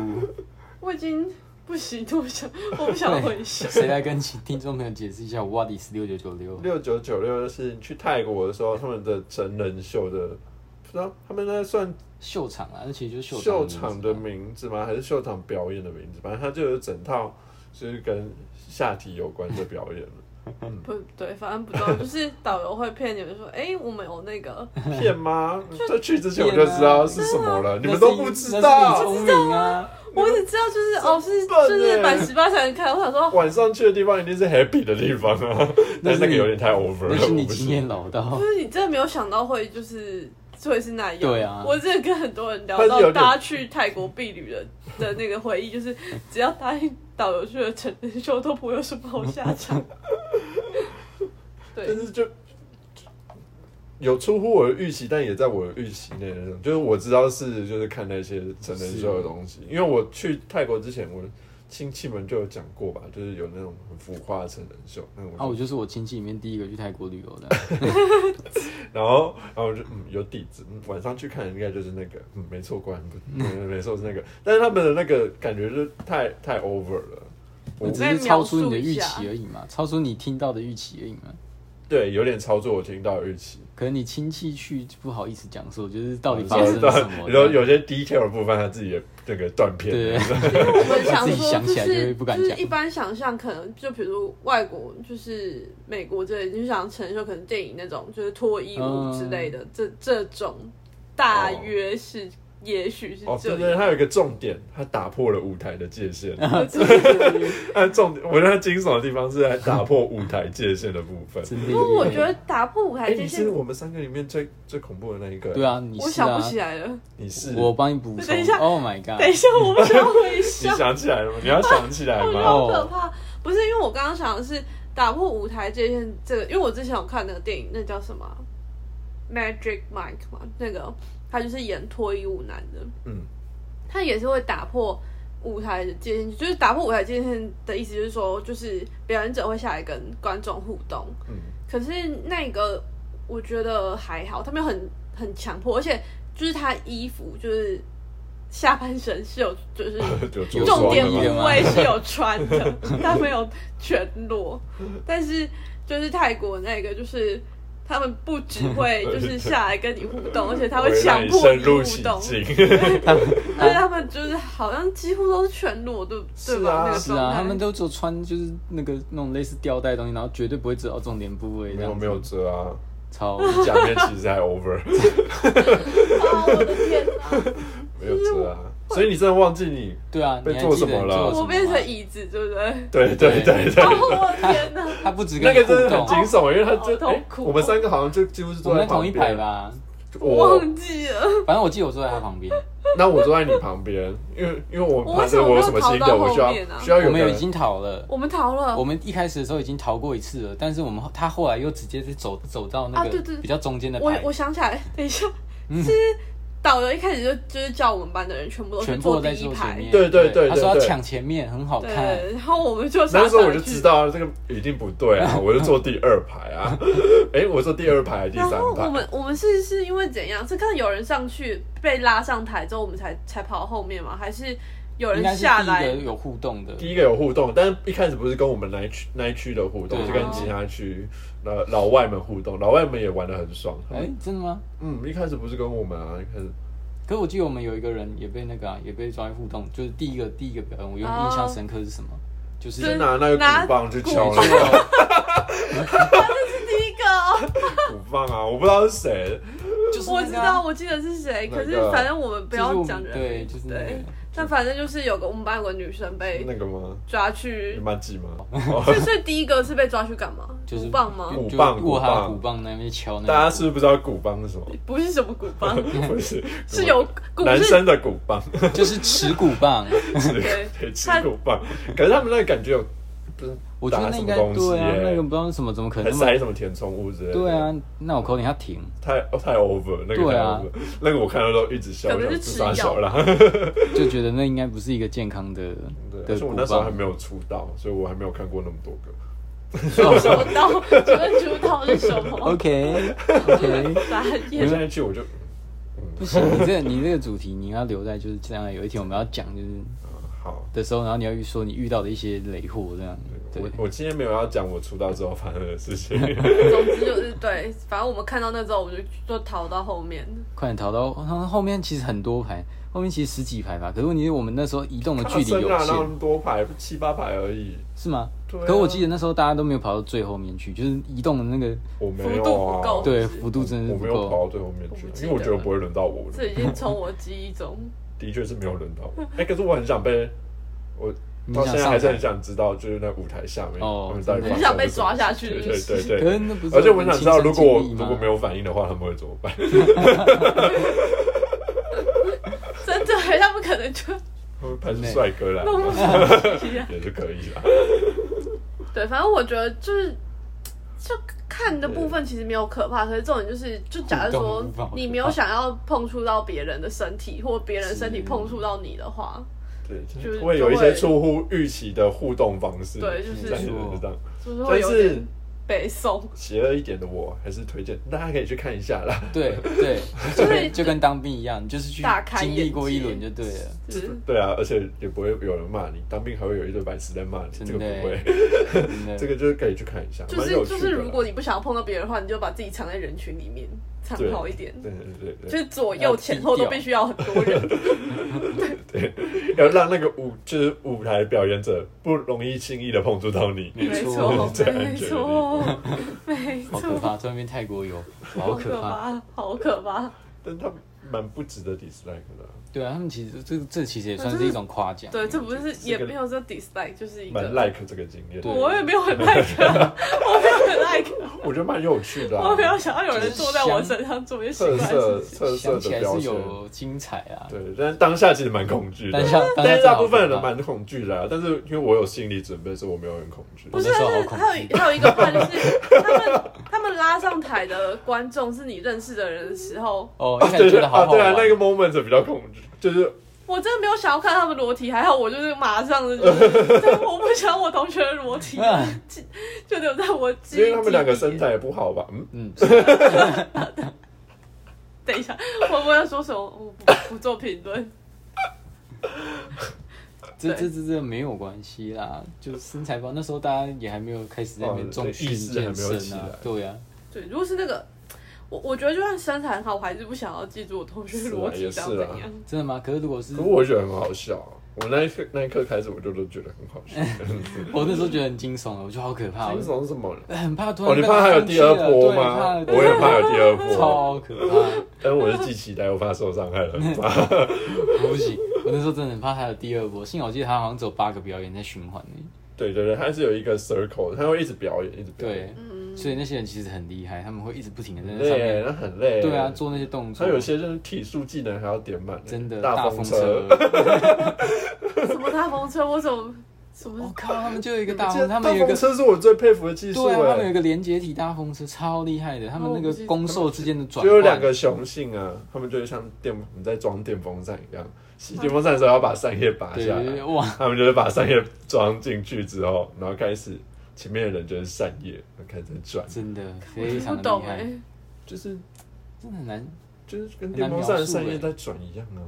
我已经不行，我不想，我不想回想。谁来跟听众朋友解释一下 What is 六九九六？六九九六就是你去泰国的时候，他们的真人秀的，不知道他们那算秀场啊，那其实就是秀秀场场名字的嘛名字吗？还是秀场表演的名字？反正它就有整套就是跟下体有关的表 演了。不对，反正不知 道，就是导游会骗你们说，哎、我们有那个，骗吗？在去之前我就知道是什么了，你们都不知啊 那是道。你聪明啊！我只知道就是哦，是笨欸就是满十八才能看。我想说，晚上去的地方一定是 happy 的地方啊， 但那是是那个你有点太 over 了。那是 你我不经行验老道 就。是你真的没有想到会就是会是那样。对啊我之前跟很多人聊但是有到点大家去泰国避旅的的那个回忆，就是 只要答应导游去了成人秀，都不会有什么好下场。对但，是就有出乎我的预期，但也在我的预期内的那种。就是我知道是就是看那些成人秀的东西，因为我去泰国之前，我亲戚们就有讲过吧，就是有那种很浮夸的成人秀。那啊，我我就、就是我亲戚里面第一个去泰国旅游的，啊然后然后我就嗯有底子，嗯晚上去看应该就是那个，嗯没错，果然不，嗯没错是那个。但是他们的那个感觉就是太太 over 了。我那只是超出你的预期而已嘛，超出你听到的预期而已嘛。对，有点操作我听到的预期，可能你亲戚去不好意思讲说，就是到底发 生了什么。哦有有些 detail 的部分他自己也这个断片了，对，我们想自己说想就起来就是会不敢就是讲一般想象可能就比如外国就是美国这里，你就想承受可能嗯电影那种就是脱衣舞之类的，这这种大约是也许是哦，这对对，样。它有一个重点，它打破了舞台的界限。啊对它重点，我觉得它惊悚的地方是在打破舞台界限的部分。真的不过我耶觉得打破舞哎、台界你限是，我们三个里面最最恐怖的那一个。对，啊，你我是想啊不，起来了。你是啊我帮你补充等一下。 Oh my 等一 god！下，我想回你想，想起来了吗？你要想起来我觉得吗？哦好可怕。不是因为我刚刚想的是打破舞台界限这个，因为我之前有看那个电影，那叫什么啊《Magic Mike》嘛，那个他就是演脱衣舞男的，嗯，他也是会打破舞台的界限，就是打破舞台界限的意思就是说，就是表演者会下来跟观众互动，嗯，可是那个我觉得还好，他没有很很强迫，而且就是他衣服就是下半身是有就是就有重点装部的吗位是有穿的，他没有全裸。但是就是泰国那个就是。他们不只会 就是下来跟你互动，而且他会强迫深你入互其动，境。所以他们就是好像几乎都是全裸，对不对是啊吧？那个是状啊，态他们都只有穿就是那个那种类似吊带的东西，然后绝对不会知道重点部 位，这没有样没有遮啊， 超假面骑士还 over，啊，我的天哪！没有遮啊。所以你真的忘记你？对啊，被你还做记什得么你了做什 我变吗成椅子，对不对？对对对对。哦，我的 天哪！他不止跟那个你互真的很动，惊悚，因为他就好痛苦哦我们三个好像就几乎是我坐在们旁同一排边。吧。我我忘记了，反正我记得我坐在他旁边，那我坐在你旁边，因为因为我我怕为什是么我没有有什么新逃的，到我需后要面啊需要我有们有已人经逃了。我们逃了。我们一开始的时候已经逃过一次了，但是我们后他后来又直接是走走到那啊对对个对比较中间的我排，嗯我想起来，等一下，是导游一开始就就是叫我们班的人全部都去全部坐都第在一坐前排，面。对对对他说要对对抢前面，很好对看。，然后我们就傻那时傻候我的就去知，道这个一定不对 啊，我就坐第二排啊。 哎，我坐第二排还是第然三后我排？们我们是是因为怎样？是看到有人上去被拉上台之后，我们才才跑到后面吗？还是有应人该是下第一来个？有互动的，第一个有互动，但是一开始不是跟我们那一区那一区的互动，对是跟其他区老老外们互动，老外们也玩的很爽。哎、真的吗？嗯，一开始不是跟我们啊，一开始可是我记得我们有一个人也被那个、啊、也被抓去互动，就是第一个第一个表演，我有啊点印象深刻是什么？就是就拿那个鼓棒去敲那对个是第一个哦，鼓棒啊，我不知道是谁。就是我那知个啊道，我记得是谁。那个可是反正我们不就是我要们讲人对，名，就是那对个。但反正就是有个我们班有个女生被那个吗？抓你 去，蛮记吗？所以所以第一个是被抓去干嘛？就是鼓棒吗？鼓就棒握他鼓的棒鼓棒那边敲那个鼓，大家是不是不知道鼓棒是什 么？不是什么鼓 棒，不是，是有鼓男是生的鼓棒，就是持鼓 棒，对对，吃鼓棒。可是他们那个感觉有，不是我觉得打那什应么该东西对啊，那个耶不知道是什么，怎么可还能是那么？还什么填充物之类的。对，啊，那我口令他停，太哦太 over，那个对太啊 over，那个我看到都一直笑，可我能想是自吃杀小啦。就觉得那应该不是一个健康的哦对，而的且我鼓那时候还棒。没有出道，所以我还没有看过那么多个。什么道？觉得主道是什 哦么？ OK OK，傻我现眼。在去我就不行，你这你这个主题你要留在就是将来有一天我们要讲就是好。的时候，然后你要说你遇到的一些雷货这样，对我我今天没有要讲我出道之后发生的事情， 总之就是对，反正我们看到那之后，我们就就逃到后面。快点逃到后后面其实很多排，后面其实十几排吧，可是问题是我们 那时候移动的距离有哪限那，么多排七八排而已，是吗？对啊可我记得那时候大家都没有跑到最后面去，就是移动的那个我没有幅度不啊够，对幅度真的我是不没有跑够。到最后面去我不，记因得为我觉得不会轮到我，这已经从我记忆中，的确是没有轮到嗯我。哎，可是我很想被我你到想现在还是上台很想知道，就是那舞台下面哦他们到底真发的生你想被了什么抓下去对是不是对对可对是。那不是而且我很想知道，人如亲身果我经历吗如果没有反应的话，他们会怎 么办？真的他们可能就他们派出帅哥来弄不吗出 去。 也是可以啦。对，反正我觉得就是，就看的部分其实没有可怕，可是重点就是，就假互如动说的部分好可怕你没有想要碰触到别人的身体，或别人身体碰触到你的话，对，就就是是会有一些出乎预期的互动方式，对就是在你身上。就是会但有是点被送。邪恶一点的我，还是推荐大家可以去看一下啦。对 对，就就是跟就跟当兵一样，你就是去大开经眼历过一界轮就对了。就是对啊，而且也不会有人骂你，当兵还会有一堆白痴在骂你，真这的欸个不会，真 的这个就是可以去看一下，就蛮是有就趣是，的啦。如果你不想要碰到别人的话，你就把自己藏在人群里面，藏对好一点。对对对就对是左右前后都必须要很多人，对， 要让那个舞就是舞台表演者不容易轻易的碰触到你。没没错错，这样没觉得错，没好可错，怕，突然变泰国游，好可怕。怕，好可怕！但他蛮不值得 dislike 的啊、对啊，他们其实这这其实也算是一种夸奖。对，这不是这也个没有说 dislike，就是一蛮个。 like 这个经验。对我也没有很 like，啊我没有很 like，我觉得蛮有趣的、啊。 我没有想要有人坐在我身上做一些特奇怪的色事情。特色想起的来表是现。有精彩啊，对，但是当下其实蛮恐惧的当下，当下但是真的大好部分人怕蛮恐惧的、啊。但是因为我有心理准备，所以我没有很恐惧。不是， 我那时候但好是恐还有还有一个怕就是他们他们拉上台的观众是你认识的人的时候，哦，啊一开始觉得好啊，好对啊玩，，那个 moment 比较恐惧，就是我真的没有想要看他们裸体，还好我就是马上的，就是 我不想我同学的 裸体， 嗯就留在我记忆。因为他们两个身材也不好吧？嗯，嗯，等一下，我不要说什么，我不不做评论。这这这这没有关系啦，就身材吧。那时候大家也还没有开始在那边哦重训意识还健没有起身来啊，对啊，对，如果是那个，我我觉得就算身材很好，我还是不想要记住我同学裸体是啊长也怎是啊样。真的吗？可是如果是可是我觉得很好笑啊。我那一刻那一刻开始，我就都觉得很好笑。我那时候觉得很惊悚，我嗯觉得好可 怕，惊悚是什么？我很怕突然哦，你被怕还有上去第二了波啊对吗？怕我也怕有第二波， 超可怕，但是我是既期待又怕受伤害 了，很怕。我不行，我那时候真的很怕他有第二波。幸好我记得他好像只有八个表演在循环而已对对对，它是有一个 circle，它会一直表演，一直表演。对，所以那些人其实很厉害，他们会一直不停的在很那累上耶，面，那很累耶。对啊，做那些动作它，有些就是体术技能还要点满耶，欸真的大风车。。什么大风车，我怎么什我么？靠，他们就有一个大大啊风，他们有一风个车是我最佩服的技术对啊，他们有一哎，个连接体大风车，超厉害的。他们那哦我个不记攻受之间的转欸换，就有两个雄性啊，他们就像电你在装电风扇一样，洗电风扇的时候要把扇叶拔对下对对，来，哇，他们就是把扇叶装进去之后，然后开始前面的人就是扇叶，然后开始转，真的 我非听不常的懂厉哎、害，就是真的很难。欸就是跟电风扇的扇叶在转一样啊。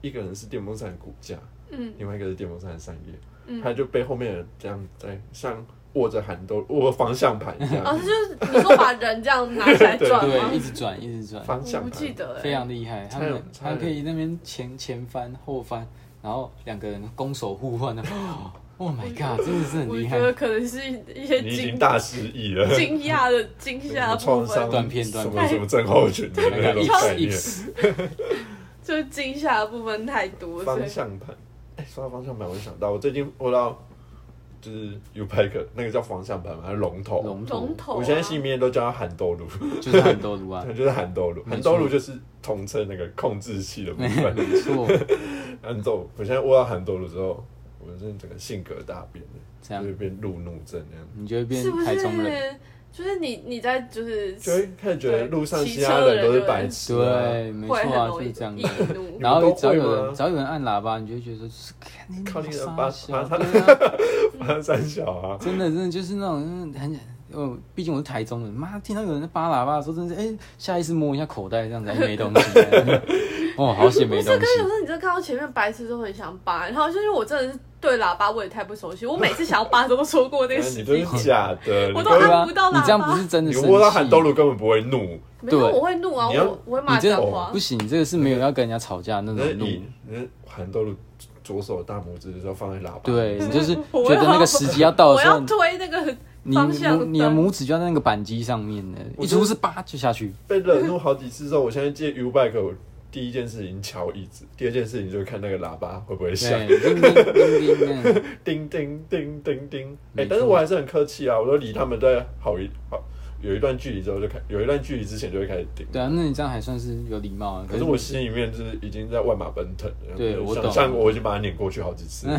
一个人是电风扇的骨架，嗯另外一个是电风扇的扇叶，嗯。他就被后面的人这样在像握着handle 握方向盘一啊， 样，就是你说把人这样拿起来转吗对，一？直转，一直转，方我向不盘。记得哎、非常厉害。他差们点差还点可以那边前前翻后翻，然后两个人攻守互换的。Oh my god，真的是很我厉觉害。得可能是一些你已经惊大失忆 了，惊讶的惊吓的部创分伤，断片断什片哎么什么症候群的 那那 个种概 X 念， X，就是惊吓的部分太多，所方以向盘。哎，说到方向盘，我就想到我最近碰到就是 U Pack 那个叫方向盘嘛，还是龙头。龙龙头头、啊。我现在心里面都叫它韩豆炉， 就是很多路啊它，就是韩豆炉，没错韩豆炉就是统称那个控制器的部分。没错，韩豆，我现在握到韩豆炉之后，我真的整个性格大变了，这样就会变路怒症那样，你就会变是不台中人。是？就是你你在就是就会开始觉得路上对其他人都是白痴、啊。对，没错会很啊，就容易是这样易的。 怒。然后只要你们都会有人吗只要有人按喇叭，你就会觉得说就是看你靠近傻人把小把他对 啊对，三小啊，真的真的就是那种嗯很。哦，毕竟我是台中人，妈听到有人在扒喇叭的时候，真的是哎、下意识摸一下口袋这样子，哎、没东西， 哦，好险不没是，东可是西有时，候你真的看到前面白痴都很想扒，然后就是因为我真的是对喇叭我也太不熟悉，我每次想要扒都错过那哎个时你都机。是假的，我你都都对是啊，按不到喇叭你这样不是真的你生气，握到喊兜路根本不会怒，没有，对我会怒啊，你要我我会骂你真脏的话啊不。行，你这个是没有要跟人家吵架那那种路你，那喊兜哎路左手大拇指的时候放在喇叭，对你就是 我觉得那个时机要到我的时要候，推那个你方向拇灯你的拇指就在那个扳机上面的，我一就是出是叭就下 去，被惹怒好几次之后，我现在借 U bike，我第一件事情敲椅子，第二件事情就是看那个喇叭会不会响，对，叮叮叮叮叮嗯。叮叮叮叮。哎、没错但是我还是很客气啊，我都离他们在好一好有一段距离之后就开，有一段距离之前就会开始叮。对啊，那你这样还算是有礼貌啊。可是我心里面就是已经在万马奔腾了，对我懂想象我已经把它碾过去好几 次了。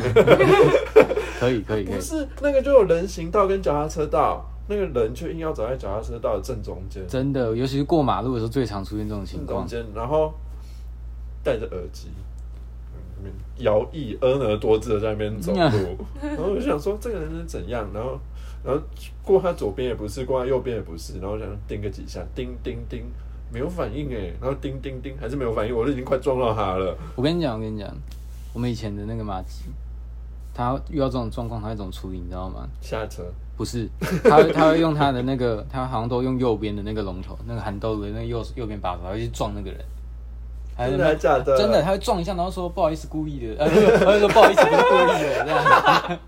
可以可以可不以，是那个就有人行道跟脚踏车道，那个人却硬要走在脚踏车道的正中间，真的，尤其是过马路的时候最常出现这种情正中况。间，然后戴着耳机，嗯那边摇曳婀娜多姿的在那边走 路，然后我就想说这个人是怎样，然后然后过他左边也不是，过他右边也不是，然后我想叮个几下，叮叮叮。没有反应哎，然后叮叮叮还是没有反应，我都已经快撞到他了。我跟你讲，我跟你讲，我们以前的那个马吉，他遇到这种状况，他会怎么处理，你知道吗？下车，不是，他 会他会用他的那个，他好像都用右边的那个龙头，那个含豆的那个右右边把手，他会去撞那个人。还真有的还假的？哎真的，他会撞一下，然后说不好意思，故 意的，呃，不是他会说不好意思，不是故意的，这样。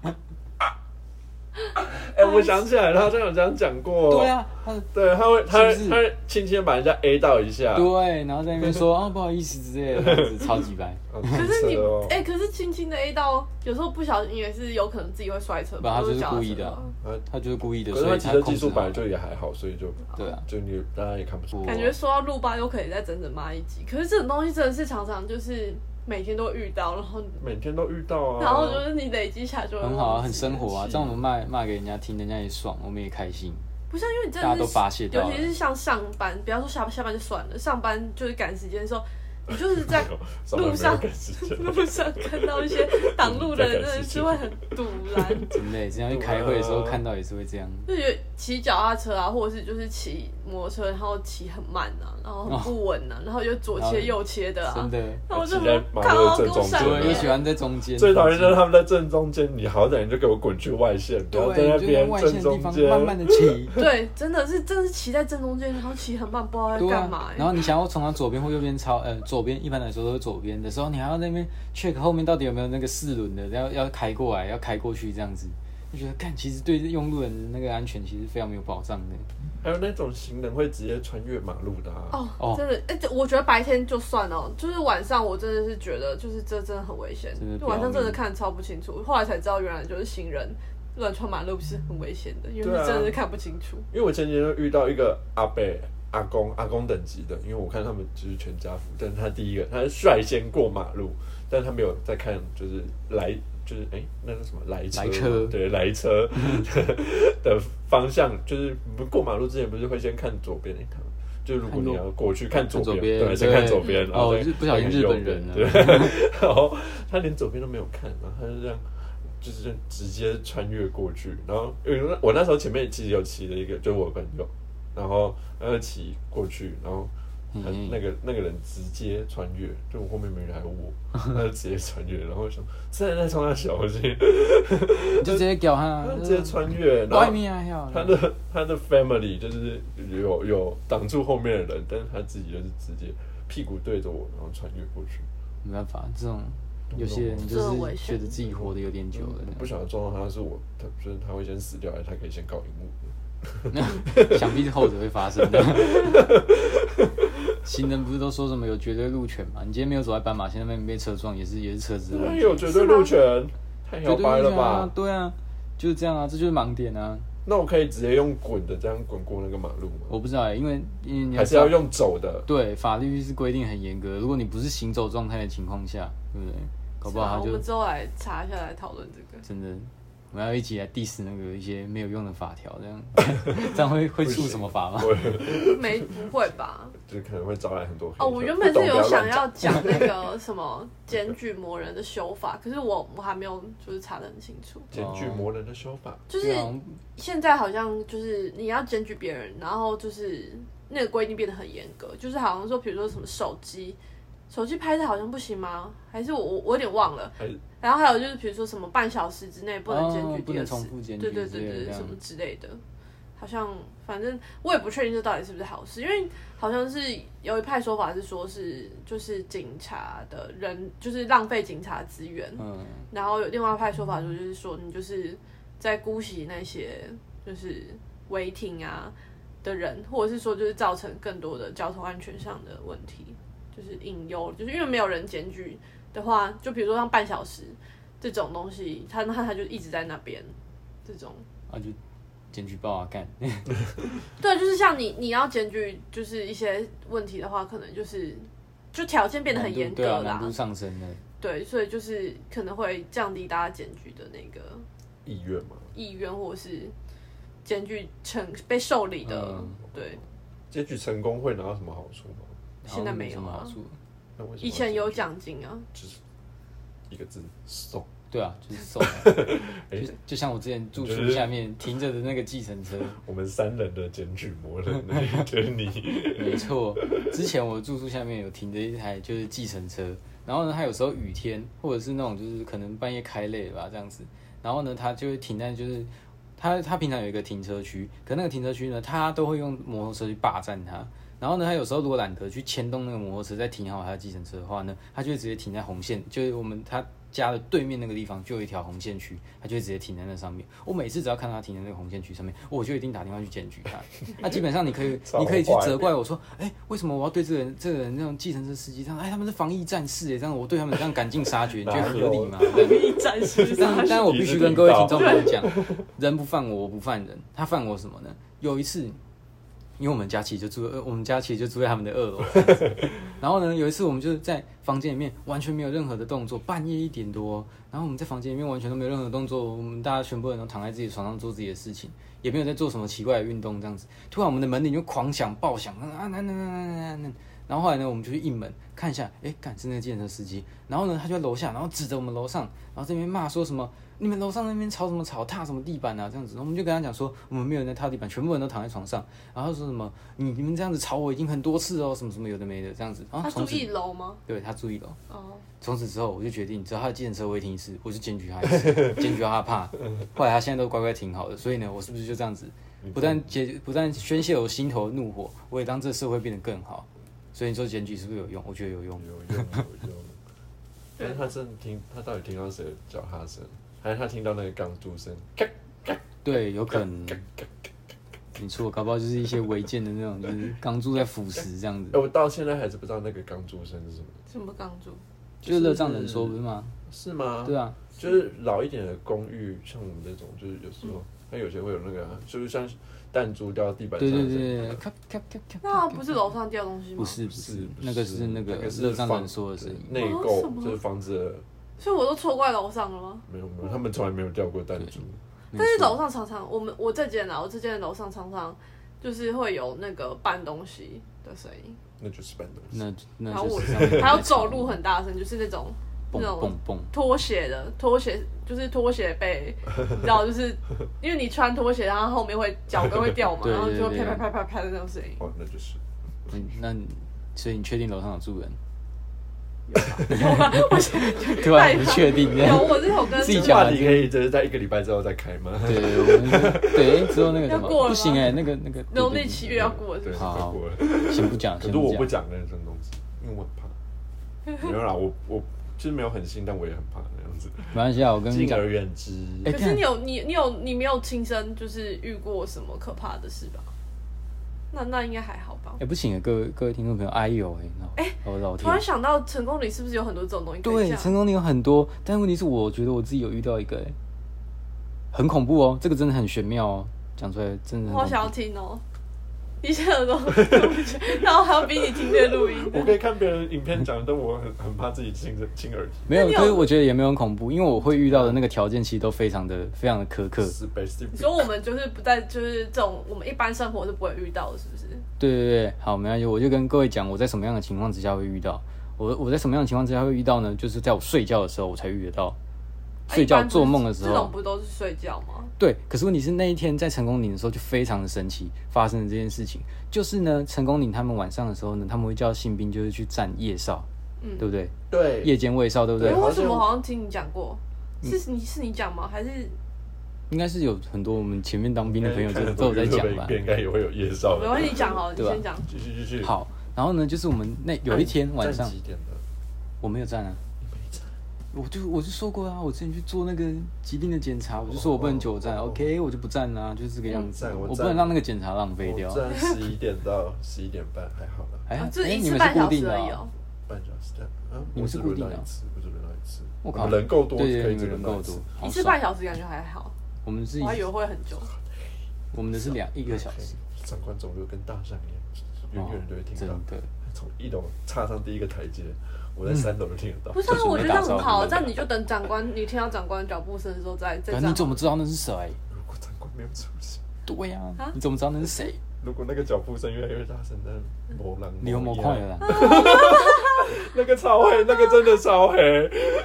哎、我想起来了，他好像有这样讲过。对，啊，他是对，他会，他会，是不是他会轻轻地把人家 A 到一下。对，然后在那边说啊不好意思之类的，这样子超级白。可可是你哦哎、可是轻轻的 A 到，有时候不小心也是有可能自己会摔车，不他或者就是脚踏故意的车啊呃他就是故意的，可是所他以骑他车技控制术很本来好。就也还好，所以就对啊，嗯就你大家也看不出我。感觉说到路霸又可以再整整骂一集，可是这种东西真的是常常就是每天都遇到，然后每天都遇到啊。然后就是你累积下就会很好啊，忘很记生活啊，气这样我们卖卖给人家听，人家也爽，我们也开心。不像因为你真大的家都是发泄到了尤其是像上班，不要说下下班就算了，上班就是赶时间的时候，你就是在班没有路上赶时 间 路上看到一些挡路 的人，真的是会很堵然，真的，只要一开会的时候看到也是会这样。就觉得骑脚踏车啊，或者是就是骑摩托车，然后骑很慢啊，然后很不稳啊，然后又左切右切的啊哦真，的，那我就骑在马看路的到跟正我中间闪对我啊就边，喜欢在中间。最讨厌就是他们在正中间，你好歹你就给我滚去外线，不要在对，那啊你就在边外正线的地啊中方间。慢慢的骑。对，真的是真的是骑在正中间，然后骑很慢，不知道在对干啊嘛、，欸。然后你想要从它左边或右边超，呃，左边一般来说都是左边的时候，你还要那边 check 后面到底有没有那个四轮的，要要开过来，要开过去这样子，就觉得看其实对用路人的那个安全其实非常没有保障的。还有那种行人会直接穿越马路的、啊。哦，哦真的，哎、这我觉得白天就算了，就是晚上我真的是觉得，就是这真的很危险真的，就不要晚上真的命看得超不清楚。后来才知道，原来就是行人乱穿马路是很危险的，因为对啊真的是看不清楚。因为我前几天就遇到一个阿伯、阿公、阿公等级的，因为我看他们就是全家福，但是他第一个他是率先过马路，但他没有在看，就是来就是哎、那是什么来车来吗？车 对来车的方向，就是你们过马路之前不是会先看左边、哎他们就是如果看左你要过去看左看左边，边对，先对看左边，然后哦再日不小心再看右日本边人了啊对， 然后他连左边都没有看，然后他就这样。就是这样直接穿越过去，然后因为我那时候前面其实有骑了一个，就是我朋友，然后他就骑过去，然后他嗯那个那个人直接穿越，就我后面没人还有我， 他就直接穿越，然后我想现在在冲他小心，嗯你就直接屌他他，就直接穿越，然外后面啊，还好他的他的 family 就是有有挡住后面的人，但是他自己就是直接屁股对着我，然后穿越过去，没办法，这种有些人就这种是危觉险得自己活得有点久了我，嗯不想要撞到他是我，他就是他会先死掉，还是他可以先搞赢我？想必是后者会发生 的。行人不是都说什么有绝对路权嘛？你今天没有走在斑马线那边，你被车撞也是也是车子的问那题。有绝对路权，太绝摇对摆了路权啊吧？对啊，就是这样啊，这就是盲点啊。那我可以直接用滚的这样滚过那个马路吗？我不知道欸，因为因为你还是知道要用走的？对法律是规定很严格，如果你不是行走状态的情况下，对不对？搞不是好啊他我就们之后来查一下，来讨论这个。真的，我们要一起来 diss 那个一些没有用的法条，这样 这样会会出什么法吗？ 没不会吧？就可能会招来很多黑客哦，我原本不懂是不有乱想讲要哦讲那个什么检举魔人的修法，可是我我还没有就是查得很清楚。检举魔人的修法，就是对啊我们现在好像就是你要检举别人，然后就是那个规定变得很严格，就是好像说，比如说什么手机，手机拍的好像不行吗？还是我我我有点忘了还是。然后还有就是，比如说什么半小时之内不能检哦举不第二能次，重复检举对对对之类的对这对，样什么之类的，好像反正我也不确定这到底是不是好事，因为好像是有一派说法是说是就是警察的人就是浪费警察资源，嗯，然后有另外一派说法说，就是说你就是在姑息那些就是违停啊的人，或者是说就是造成更多的交通安全上的问题，就是隐忧，就是因为没有人检举的话，就比如说像半小时这种东西，他那他就一直在那边这种。啊就检举报啊干，对，就是像你你要检举就是一些问题的话，可能就是就条件变得很严格对啊，啦，难度上升了。对，所以就是可能会降低大家检举的那个意愿嘛？意愿或是检举成被受理的，嗯对，检举成功会拿到什么好处吗？现在没有好啊像什么好。处那为什么以前要有检奖金啊，举，就是一个字送。对啊，就是送。哎就就像我之前住就宿是下面停着的那个计程车，我们三人的检举魔人，那就是 你。没错，之前我住宿下面有停着一台就是计程车，然后呢，它有时候雨天或者是那种就是可能半夜开累吧这样子，然后呢，它就会停在就是它它平常有一个停车区，可那个停车区呢，它都会用摩托车去霸占它。然后呢，它有时候如果懒得去牵动那个摩托车，再停好它的计程车的话呢，它就会直接停在红线，就是我们它家的对面那个地方就有一条红线区，他就会直接停在那上面。我每次只要看到他停在那个红线区上面，我就一定打电话去检举他。那基本上你可以，超你可以去坏责怪我说，哎、为什么我要对这个人、这个人那种计程车司机这样？哎，他们是防疫战士哎，这样我对他们这样赶尽杀绝，你觉得合理吗？一展示 但杀但我必须跟各位听众朋友讲，人不犯我，我不犯人。他犯我什么呢？有一次，因为我们家其实就住，呃我们家其实就住在他们的二楼这样子。然后呢，有一次我们就是在房间里面完全没有任何的动作，半夜一点多，然后我们在房间里面完全都没有任何动作，我们大家全部人都躺在自己的床上做自己的事情，也没有在做什么奇怪的运动这样子。突然我们的门铃就狂响爆响，啊那那那那那那。然后后来呢，我们就去应门看一下，哎，干是那个计程车司机。然后呢，他就在楼下，然后指着我们楼上，然后这边骂说什么你们楼上那边吵什么吵，踏什么地板啊这样子。然后我们就跟他讲说，我们没有人在踏地板，全部人都躺在床上。然后他说什么你你们这样子吵我已经很多次哦，什么什么有的没的这样子。然后他哦从住此一楼吗？对他注意了。哦，从此之后，我就决定，只要他的计程车违停一次，我就检举他一次，检举到他怕。后来他现在都乖乖停好了，所以呢，我是不是就这样子，不但解，不但宣泄我心头的怒火，我也让这个社会变得更好。所以你说检举是不是有用？我觉得有用。有用有用。但是他真的听，他到底听到谁的脚踏声？还是他听到那个钢珠声？对，有可能。没错，搞不好就是一些违建的那种，就是钢珠在腐蚀这样哎、子。我到现在还是不知道那个钢珠声是什么，什么钢珠？ 就是热胀冷缩，不是吗？是吗？对啊，就是老一点的公寓，像我们这种，就是有时嗯候它有些会有那个啊，就是像弹珠掉到地板上对的对声音。对对，咔咔咔咔那不是楼上掉东西吗？不，是不是是，不那个是那个热胀冷缩的声音。内哦什购么就是房子的所以我都错怪楼上了吗？没有没有，他们从来没有掉过弹珠。没但是错楼上常常，我们我这间啊，我这间的楼上常常就是会有那个搬东西的声音，那就是搬东西。那那然后就我是上面在还有吵走路很大声，就是那种蹦那种蹦蹦，拖鞋的拖鞋，就是拖鞋 被，你知道，就是因为你穿拖鞋，然后后面会脚跟会掉嘛，对然后就会对啪对啪啪啪啪的那种声 音。哦，那就是嗯，那你所以你确定楼上有 住人？有吗？我现在就突然不确定这样 有，我这首歌自己这讲话完题可以就是在一个礼拜之后再开吗？对，我们对，只有那个什要么过了不行吗哎、那个那个农历七月要过了是对，不是，好快过了。先不讲，可先是我讲不。讲那种东西，因为我很怕。没有啦，我我就是没有很信，但我也很怕那样子。没关系啊，我跟你敬讲，而远之。哎可是你有你你有你没有亲身就是遇过什么可怕的事吧？那那应该还好吧哎、？不行啊，各位各位听众朋友，哎呦哎、那我老突天然，想到成功里是不是有很多这种东西可以对，讲？成功你有很多，但问题是我觉得我自己有遇到一个、哎，很恐怖哦，这个真的很玄妙哦，讲出来真的很我好恐想怖。要听哦。一些耳朵，然后还要逼你听这 录音，我可以看别人影片讲，但我很很怕自己亲着亲耳没有，那你可有是我觉得也没有很恐怖，因为我会遇到的那个条件其实都非常的非常的苛刻。死背死你说我们就是不在，就是这种我们一般生活是不会遇到的，是不是？对对对，好，没关系，我就跟各位讲，我在什么样的情况之下会遇到。我我在什么样的情况之下会遇到呢？就是在我睡觉的时候，我才遇得到。啊睡觉一般不是做梦的时这种候，不都是睡觉吗？对。可是问题是那一天在成功岭的时候就非常的神奇，发生了这件事情。就是呢，成功岭他们晚上的时候呢，他们会叫新兵就是去站夜哨，嗯对不对？对夜间卫哨，对不对哎？为好像什么好像听你讲过？是你是你讲吗？还是应该是有很多我们前面当兵的朋友看就很都有多在讲 YouTube 的吧影。片应该也会有夜少没关的。系，你讲好了，你对吧先讲。继续继续。，哎好，然后呢，就是我们那有一天晚上站，几点的？我没有站啊。我就我就说过啊，我之前去做那个疾病的检查，我就说我不能久站、哦哦 o k 我就不站啦、啊就是这个样子。我站我我不站能让那个检查浪费掉我。站十一点到十一点半，还好啦，哎、啊就是哎一你次们是半固小定时的而已啊、哦。半小时但啊，你们是我固轮定到的啊一次，我只轮到一次。我靠们人够多，对对可对，以你只们人轮到够一多次。，好一次爽半小哎时感觉还好，我们是一我还以为会很久。我们的是两一个小时，哦长官走路跟大象一样，啊远远就会听真到。的。从一楼踏上第一个台阶，我在三楼就听得到不。是啊就，是我觉得这样没打招很呼好，这样你就等长官，你听到长官脚步声的时候再再可站你怎么知道那是谁？如果长官没有出现，对呀、啊你怎么知道那是谁？如果那个脚步声越来越大声，那魔狼你有没有看了啦？啊那个超黑，那个真的超黑，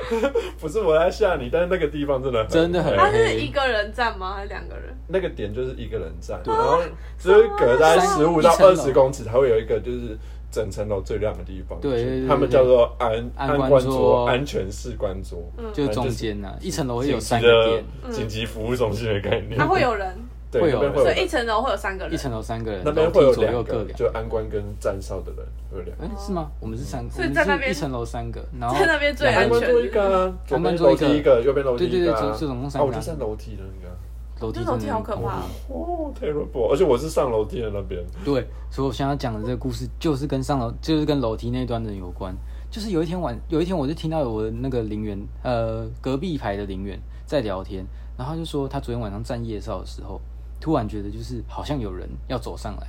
不是我在吓你，但是那个地方真的很真的很他黑是一个人站吗？还是两个人？那个点就是一个人站，然后啊就是隔大概什十么五到一层二楼十公尺，它会有一个就是整层楼最亮的地方，对对对对他们叫做安安安官官桌安全士官桌，嗯就是中间呐、啊，一层楼会有三个紧急的点。紧急服务中心的概念，他会有人，对会那有边会有人所以人一层楼会有三个人，一层楼三个人，那楼边梯会有左右两各个，两。就安官跟站哨的人会有两个。哎，是吗？我们是三，所以我们在那是边一层楼三个，然后在那边最安安官全做一个啊，左安官边做楼一个梯一个，右边楼梯对对一对，个总啊。总共啊，三我个就啊。站楼梯的那个啊，楼梯这真的楼梯好可怕哦。哦，terrible！而且我是上楼梯的那边，对，所以我想要讲的这个故事就是跟上楼，就是跟楼梯那端的有关。就是有一天晚，有一天我就听到我的那个陵园，呃，隔壁排的陵园在聊天，然后他就说他昨天晚上站夜哨的时候，突然觉得就是好像有人要走上来，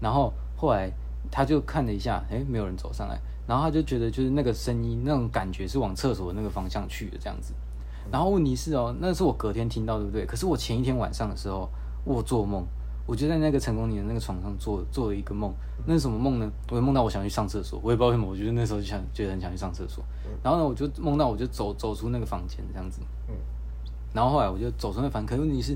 然后后来他就看了一下，诶，没有人走上来，然后他就觉得就是那个声音那种感觉是往厕所那个方向去的这样子。然后问题是哦，那是我隔天听到，对不对？可是我前一天晚上的时候，我做梦，我就在那个成功里的那个床上做做了一个梦。那是什么梦呢？我梦到我想去上厕所，我也不知道为什么，我觉得那时候就想觉得很想去上厕所。然后呢，我就梦到我就走走出那个房间这样子。嗯然后后来我就走出那房，可是问题是，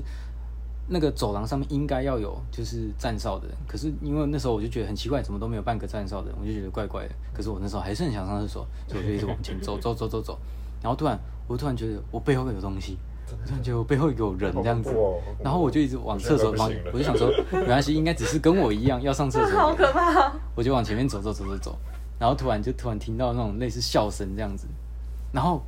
那个走廊上面应该要有就是站哨的人，可是因为那时候我就觉得很奇怪，怎么都没有半个站哨的人，我就觉得怪怪的。可是我那时候还是很想上厕所，所以我就一直往前走，走走走走。然后突然，我突然觉得我背后有东西，我突然觉得我背后有人好恐这样子怖哦好恐，怖然后我就一直往厕所我方现在都不行了，我就想说没关系，应该只是跟我一样要上厕这所好的人，可怕哦！我就往前面走走走走走，然后突然就突然听到那种类似笑声这样子，然后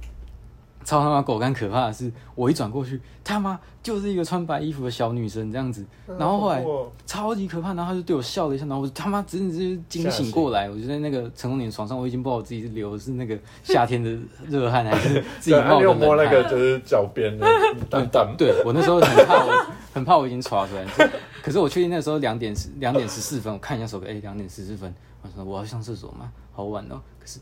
超他妈狗干可怕的是，我一转过去，他妈就是一个穿白衣服的小女生这样子，然后后来好恐怖哦超级可怕，然后他就对我笑了一下，然后我就他妈真的是惊吓醒醒过来，我就在那个成功点床上，我已经不知道我自己是流的是那个夏天的热汗还是自己 对啊冒你的有冷汗。摸那个就是脚边的蛋蛋， 对我那时候很怕我， 很怕我已经耍出来。可是我确定那时候两点十两点十四分，我看一下手表，哎、两点十四分，我说我要上厕所嘛，好晚哦。可是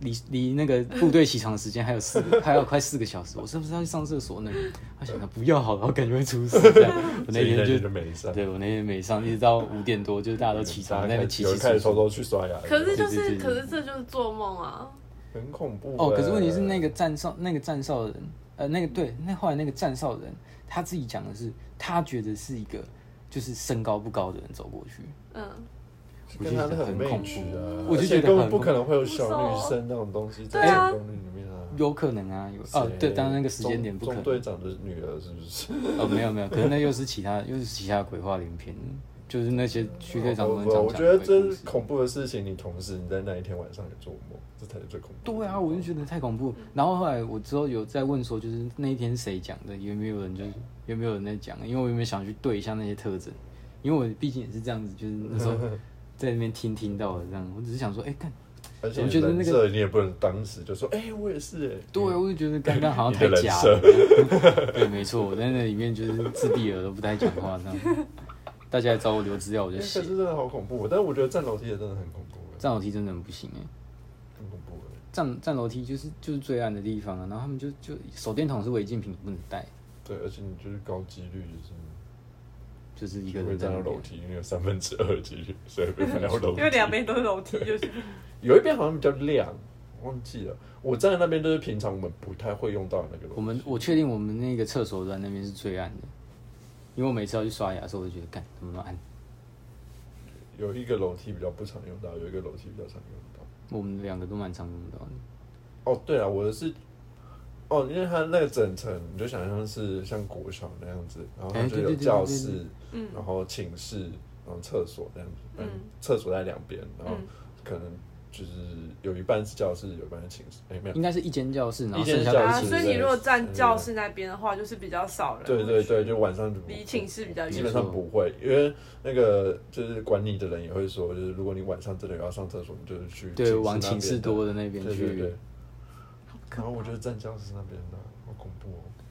离离那个部队起床的时间还有四个，还有快四个小时，我是不是要去上厕所呢？他想到不要好了，我感觉会出事这样。我那所以天就没就上对我那天没上，一直到五点多，就是大家都起床，在那边起有起人开起始偷偷去刷牙，可是就对对是，对可是这就是做梦啊！很恐怖哦，可是问题是那个个站哨那个站哨的人，呃，那个对，那后来那个站哨的人他自己讲的是，他觉得是一个就是身高不高的人走过去，嗯，跟他很我就觉得很恐 match 啊，怖我而就觉且得根很本不可能会有小不女熟生那种东西对在啊成功里面啊。有可能啊，有哦谁，对，当然那个时间点不中可能中，队长的女儿是不是？哦，没有没有，可能那又是其他又是其他鬼话连篇，就是那些区队长我跟长哦我觉得这是恐怖的事情，你同时你在那一天晚上也做梦，这才是最恐怖的地方。对啊，我就觉得太恐怖。然后后来我之后有在问说，就是那一天谁讲的，有没有人就是有没有人在讲？因为我有没有想去对一下那些特征？因为我毕竟也是这样子，就是 那时候在那边听听到的这样，我只是想说，哎、看，而且我觉得那个人设你也不能当时就说，哎、我也是哎、对，啊我就觉得刚刚好像 你太的人假了设。 对，没错，我在那里面就是自闭了，都不太讲话这样。大家来找我留资料，我哎就可 写是。真的好恐怖，但是我觉得站楼梯也真的很恐怖，站楼梯真的很不行哎、很恐怖哎。站站楼梯就是就是最暗的地方啊，然后他们就就手电筒是违禁品，不能带，对，而且你就是高几率就是就是一个会人在站那到边楼梯，你有三分之二的几 率，所以被翻到楼梯因。为两边都是楼梯，就是有一边好像比较亮，忘记了。我站在那边就是平常我们不太会用到的那个楼梯。我们我确定我们那个厕所端那边是最暗的，因为我每次要去刷牙的时候，我就觉得干怎么那么暗。有一个楼梯比较不常用到，有一个楼梯比较常用到。我们两个都蛮常用到的，哦，对了，我的是，哦，因为它那个整层，你就想象是像国小那样子，然后它哎就对有对对教对对室，嗯然后寝室，然后厕所这样子，嗯嗯，厕所在两边，然后嗯可能就是有一半是教室，有一半是寝室，哎，没有，嗯应该是一间教室，然后一间剩下教啊，室的寝所以室。你如果站教室那边的话，就是比较少人，对对，对，就晚上就不离寝室比较基远本。上不会，因为那个就是管理的人也会说，就是如果你晚上真的有要上厕所，你就是去对，往寝寝室室那边的多的那边对对去对。。然后我就是站教室那边的，好恐怖哦！嗯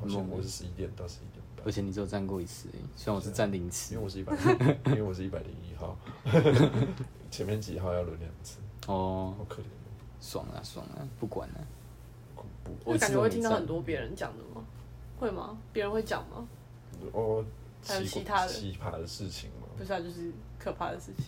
好像我是十一点到十一点半而，且你只有站过一次而已，虽然我是站零次因为。我是一百，因为我是一百零一号， 前面几号要轮两次，哦好，可怜哦，爽啊爽啊，不管了、恐怖我那一次感觉都会没听到站很多别人讲的吗？会吗？别人会讲吗？哦！嗯还有奇其怪他的奇葩的事情吗？不是啊，就是可怕的事情。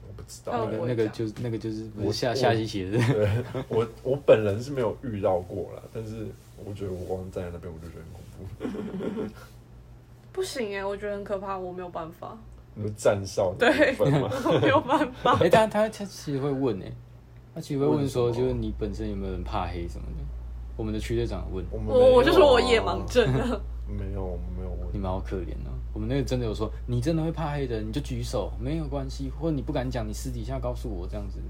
我不知还道有那欸。个我那也个讲就是那个就是不我是下我下西写的， 对我我本人是没有遇到过啦，但是我觉得我光站在那边我就觉得很恐怖。 不行哎，我觉得很可怕，我没有办 法，你们站哨的对部分吗？我没有办法。哎、但他他其实会问哎、他其实会问说，问什就么是你本身有没有人怕黑什么的。我们的区队长有问，哦我们没有啊 我我就说我夜盲症了，没有没有你问，们好可怜哦。我们那个真的有说，你真的会怕黑的，你就举手，没有关系，或者你不敢讲，你私底下告诉我这样子。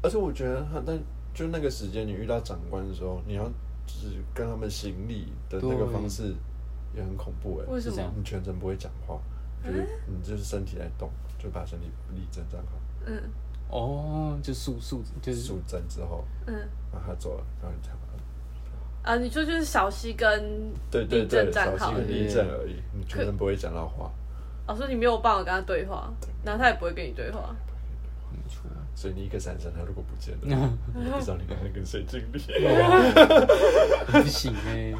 而且我觉得他，但就那个时间你遇到长官的时候，你要就是跟他们行礼的那个对方式也很恐怖哎、为什是这么样？你全程不会讲话，啊就是你就是身体在动，就把身体立正站好，嗯哦，就素素就是竖正之后，嗯然后他走了，然后你才把他啊，你说就是小溪跟对对立正对，站少好嗯一个立正而已，你全程不会讲到话，老哦师，所以你没有办法跟他对话，然后他也不会跟你对话。没错。所以你一个闪身，他如果不见嗯了，你不知道你刚才跟谁经历， 不行哎、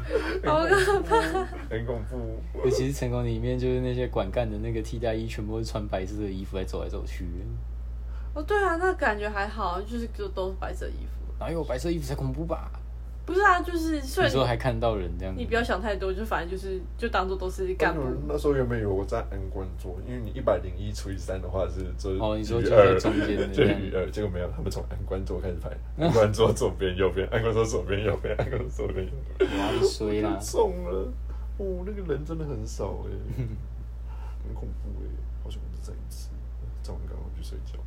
好嗯可怕！很恐怖。尤其是成功里面，就是那些管干的那个替代役，全部都是穿白色的衣服在走来走去， 哦，对啊，那感觉还好，就是就都是白色衣服。哪有白色衣服才恐怖吧？不是啊，就是虽你然说还看到人这样子，你不要想太多，就反正就是就当做都是干部。那时候原本以为我在安官做，因为你一百零一除以三的话是就是哦你说余就二在中 间的就这样余二，结果没有，他们从安官桌开始排， 安官桌左边右边，安官桌左边右边，安官桌左边右边，哪里衰 啦太？重了，哦，那个人真的很少 哎，很恐怖哎，好想再站一次，站完赶快去睡觉，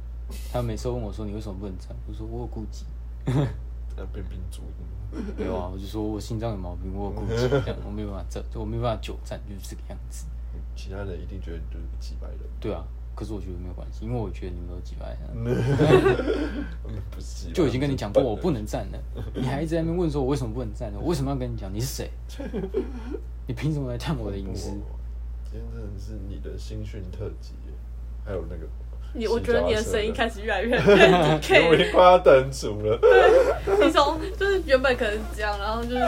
他每次都问我说你为什么不能站，我说我有顾忌，那变冰柱音，嗯没有啊，我就说我心脏有毛病，我有顾忌，这样我没有办法站，就我没有办法久站，就是这个样子。其他人一定觉得你就是几百人，对啊，可是我觉得没有关系，因为我觉得你们都几百，啊嗯不是几百人就已经跟你讲过是笨我的不能站了，你还一直在那边问说我为什么不能站呢？我为什么要跟你讲你是 谁？你凭什么来探我的隐私？今天真的是你的新训特辑耶，还有那个你我觉得你的声音看，开始越来越越来越因为我已 K，经快要等组了。你从就是原本可能是这样，然后就是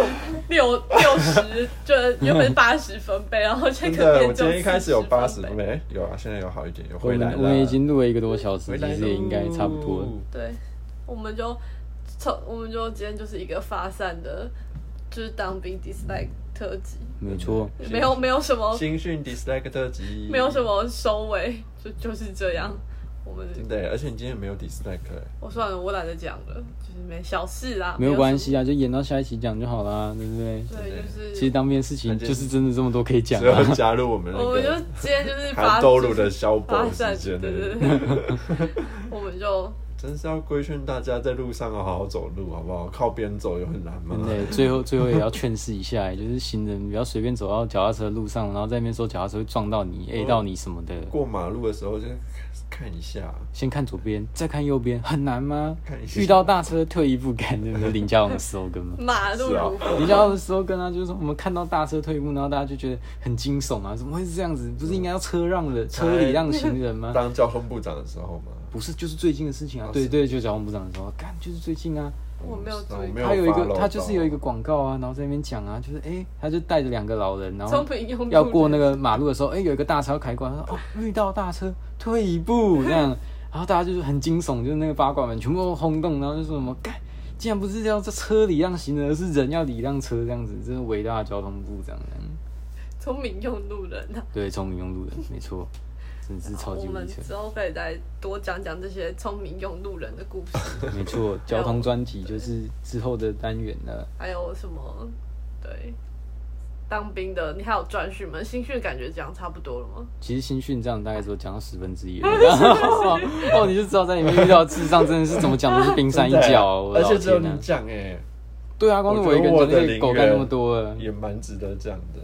六六十，就是原本八十分贝，然后现真在可能的，变我今天一开始有90分八十贝没有啊，现在有好一点，有我回来们了。我们已经录了一个多小时，回来其了嗯实也应该差不多了。对，我们就从我们就今天就是一个发散的，就是当兵 dislike 特辑，没错，嗯没有没有什么新训 dislike 特辑，没有什。么收尾，就就是这样。我们对，而且你今天没有 dislike，欸我算了，我懒得讲了，就是没小事啦，没有关什系啊，就演到下一期讲就好啦，对不对？么。对，就是其实当面事情就是真的这么多可以讲只要啊。加入我们那我们就个今天就是发韩兜路的就是消发博散，时对间，对，对， 我们就真是要规劝大家在路上要好好走路，好不好？靠边走有很难吗真？的，最后最后也要劝示一下，就是行人不要随便走到脚踏车的路上，然后在那边说脚踏车会撞到嗯你、A 到你什么的。过马路的时候就看一下，先看左边，再看右边，很难吗看一？下遇到大车退一步，感对不对？林家龙的 slogan 吗？马路是啊如虎林家龙的 slogan 啊，就是说我们看到大车退一步，然后大家就觉得很惊悚啊，怎么会是这样子？不是应该要车让人，车礼让行人吗？当交通部长的时候嘛。哎不是，就是最近的事情啊。对对，就交通部长的时候，干就是最近啊，我没有注意没有他有一 follow 个他就是到有一个广告啊，然后在那边讲啊，就是哎、他就带着两个老人，然后中平用路要过人那个马路的时候，哎、有一个大车要开过来，他说哦，遇到大车退一步 这样，然后大家就是很惊悚，就是那个八卦们全部都轰动，然后就说什么干，竟然不是要这车礼让行人，而是人要礼让车这样子，这是伟大的交通部长这样，聪明用路人啊。对，聪明用路人，没错，真是超我级无们敌之后可以再多讲讲这些聪明用路人的故事，扯，没错，交通专辑就是之后的单元了，还有什么对当兵的，你还有专训吗？新训感觉讲差不多了吗？其实新训这样大概只有讲到十分 之一而已， 哦，你就知道在里面遇到的智障真的是怎么讲都是冰山一角、哦，我啊而的且老只有天你啊！讲哎，对啊，光是我一个人就给狗干那么多了，也蛮值得讲的。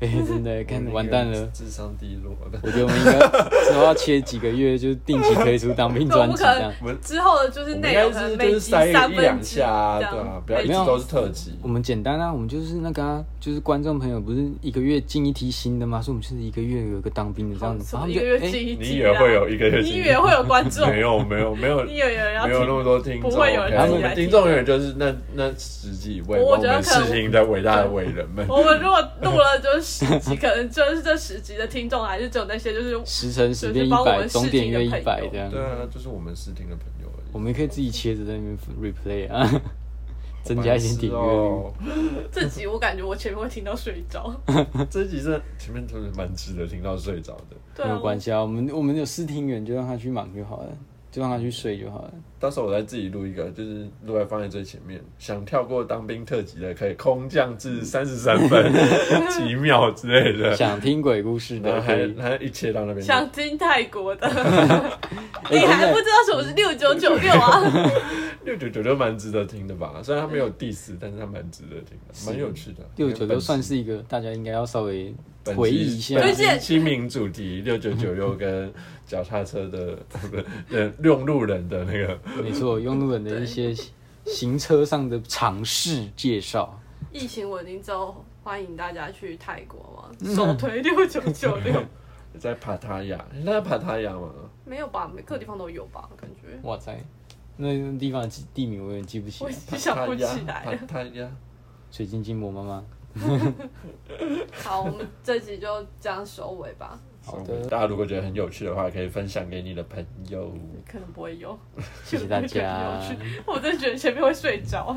哎、真的看完蛋了。智商低落 的。我觉得我们 应该之后要切几个月，就是定期推出当兵专辑 这样。我们之后的就是我们内应容该可是能就每是集塞三一分两之下啊，这对啊样，，不要一直每没有都是特辑。我们简单啊，我们就是那个啊，就是观众朋友不是一个月进一题新的吗？所以我们就是一个月有一个当兵的这样子，什然后么他一们就个月哎、进一集啊，你以为会有一个月你进以一集为会有观众？ 没有没有没有 你以为有人要没有那听？么多听众，不会有人 OK？自己来我们听听众永远就是那那十几位我帮我觉得们可能适应的伟大的伟人们。我们如果录了就是十集，可能就是这十集的听众还是只有那些就是十乘十变一就是帮我百，们总点约试一听的朋百友这样。 对啊，就是我们试听的朋友而已。我们可以自己切着在那边 replay 啊， 增加一点点阅白痴率。哦。这集，我感觉我前面会听到睡着。 这集是前面真的蛮值得听到睡着的。对啊没有关系啊，我们我们有试听员就让他去忙就好了。就让他去睡就好了。到时候我再自己录一个，就是录在放在最前面。想跳过当兵特辑的，可以空降至三十三 分几秒之类的。嗯想听鬼故事然后的可还以，还一切到那边去，想听泰国的， 哎你真还的不知道什么是六九九六 啊？六九九就蛮值得听的吧？虽然他没有 diss，但是他蛮值得听的，蛮有趣的。嗯六九本六期算是一个大家应该要稍微本期回忆一下本推期荐清明主题六九九 六跟脚踏车的 不是呃用路人的那个没错，用路人的一些行车上的常识介绍。疫情稳定之后，欢迎大家去泰国嗯嘛，首推六九九六。 在帕塔亚，你在帕塔亚吗？没有吧？每个地方都有吧？感觉哇塞，那地方的地地名我有点记不起我已来。经想不起来了。帕塔亚，水晶筋膜妈妈，好，我们这集就这样收尾吧。好的所以大家如果觉得很有趣的话，可以分享给你的朋友。可能不会有，谢谢大可能家有。趣我真的觉得前面会睡着。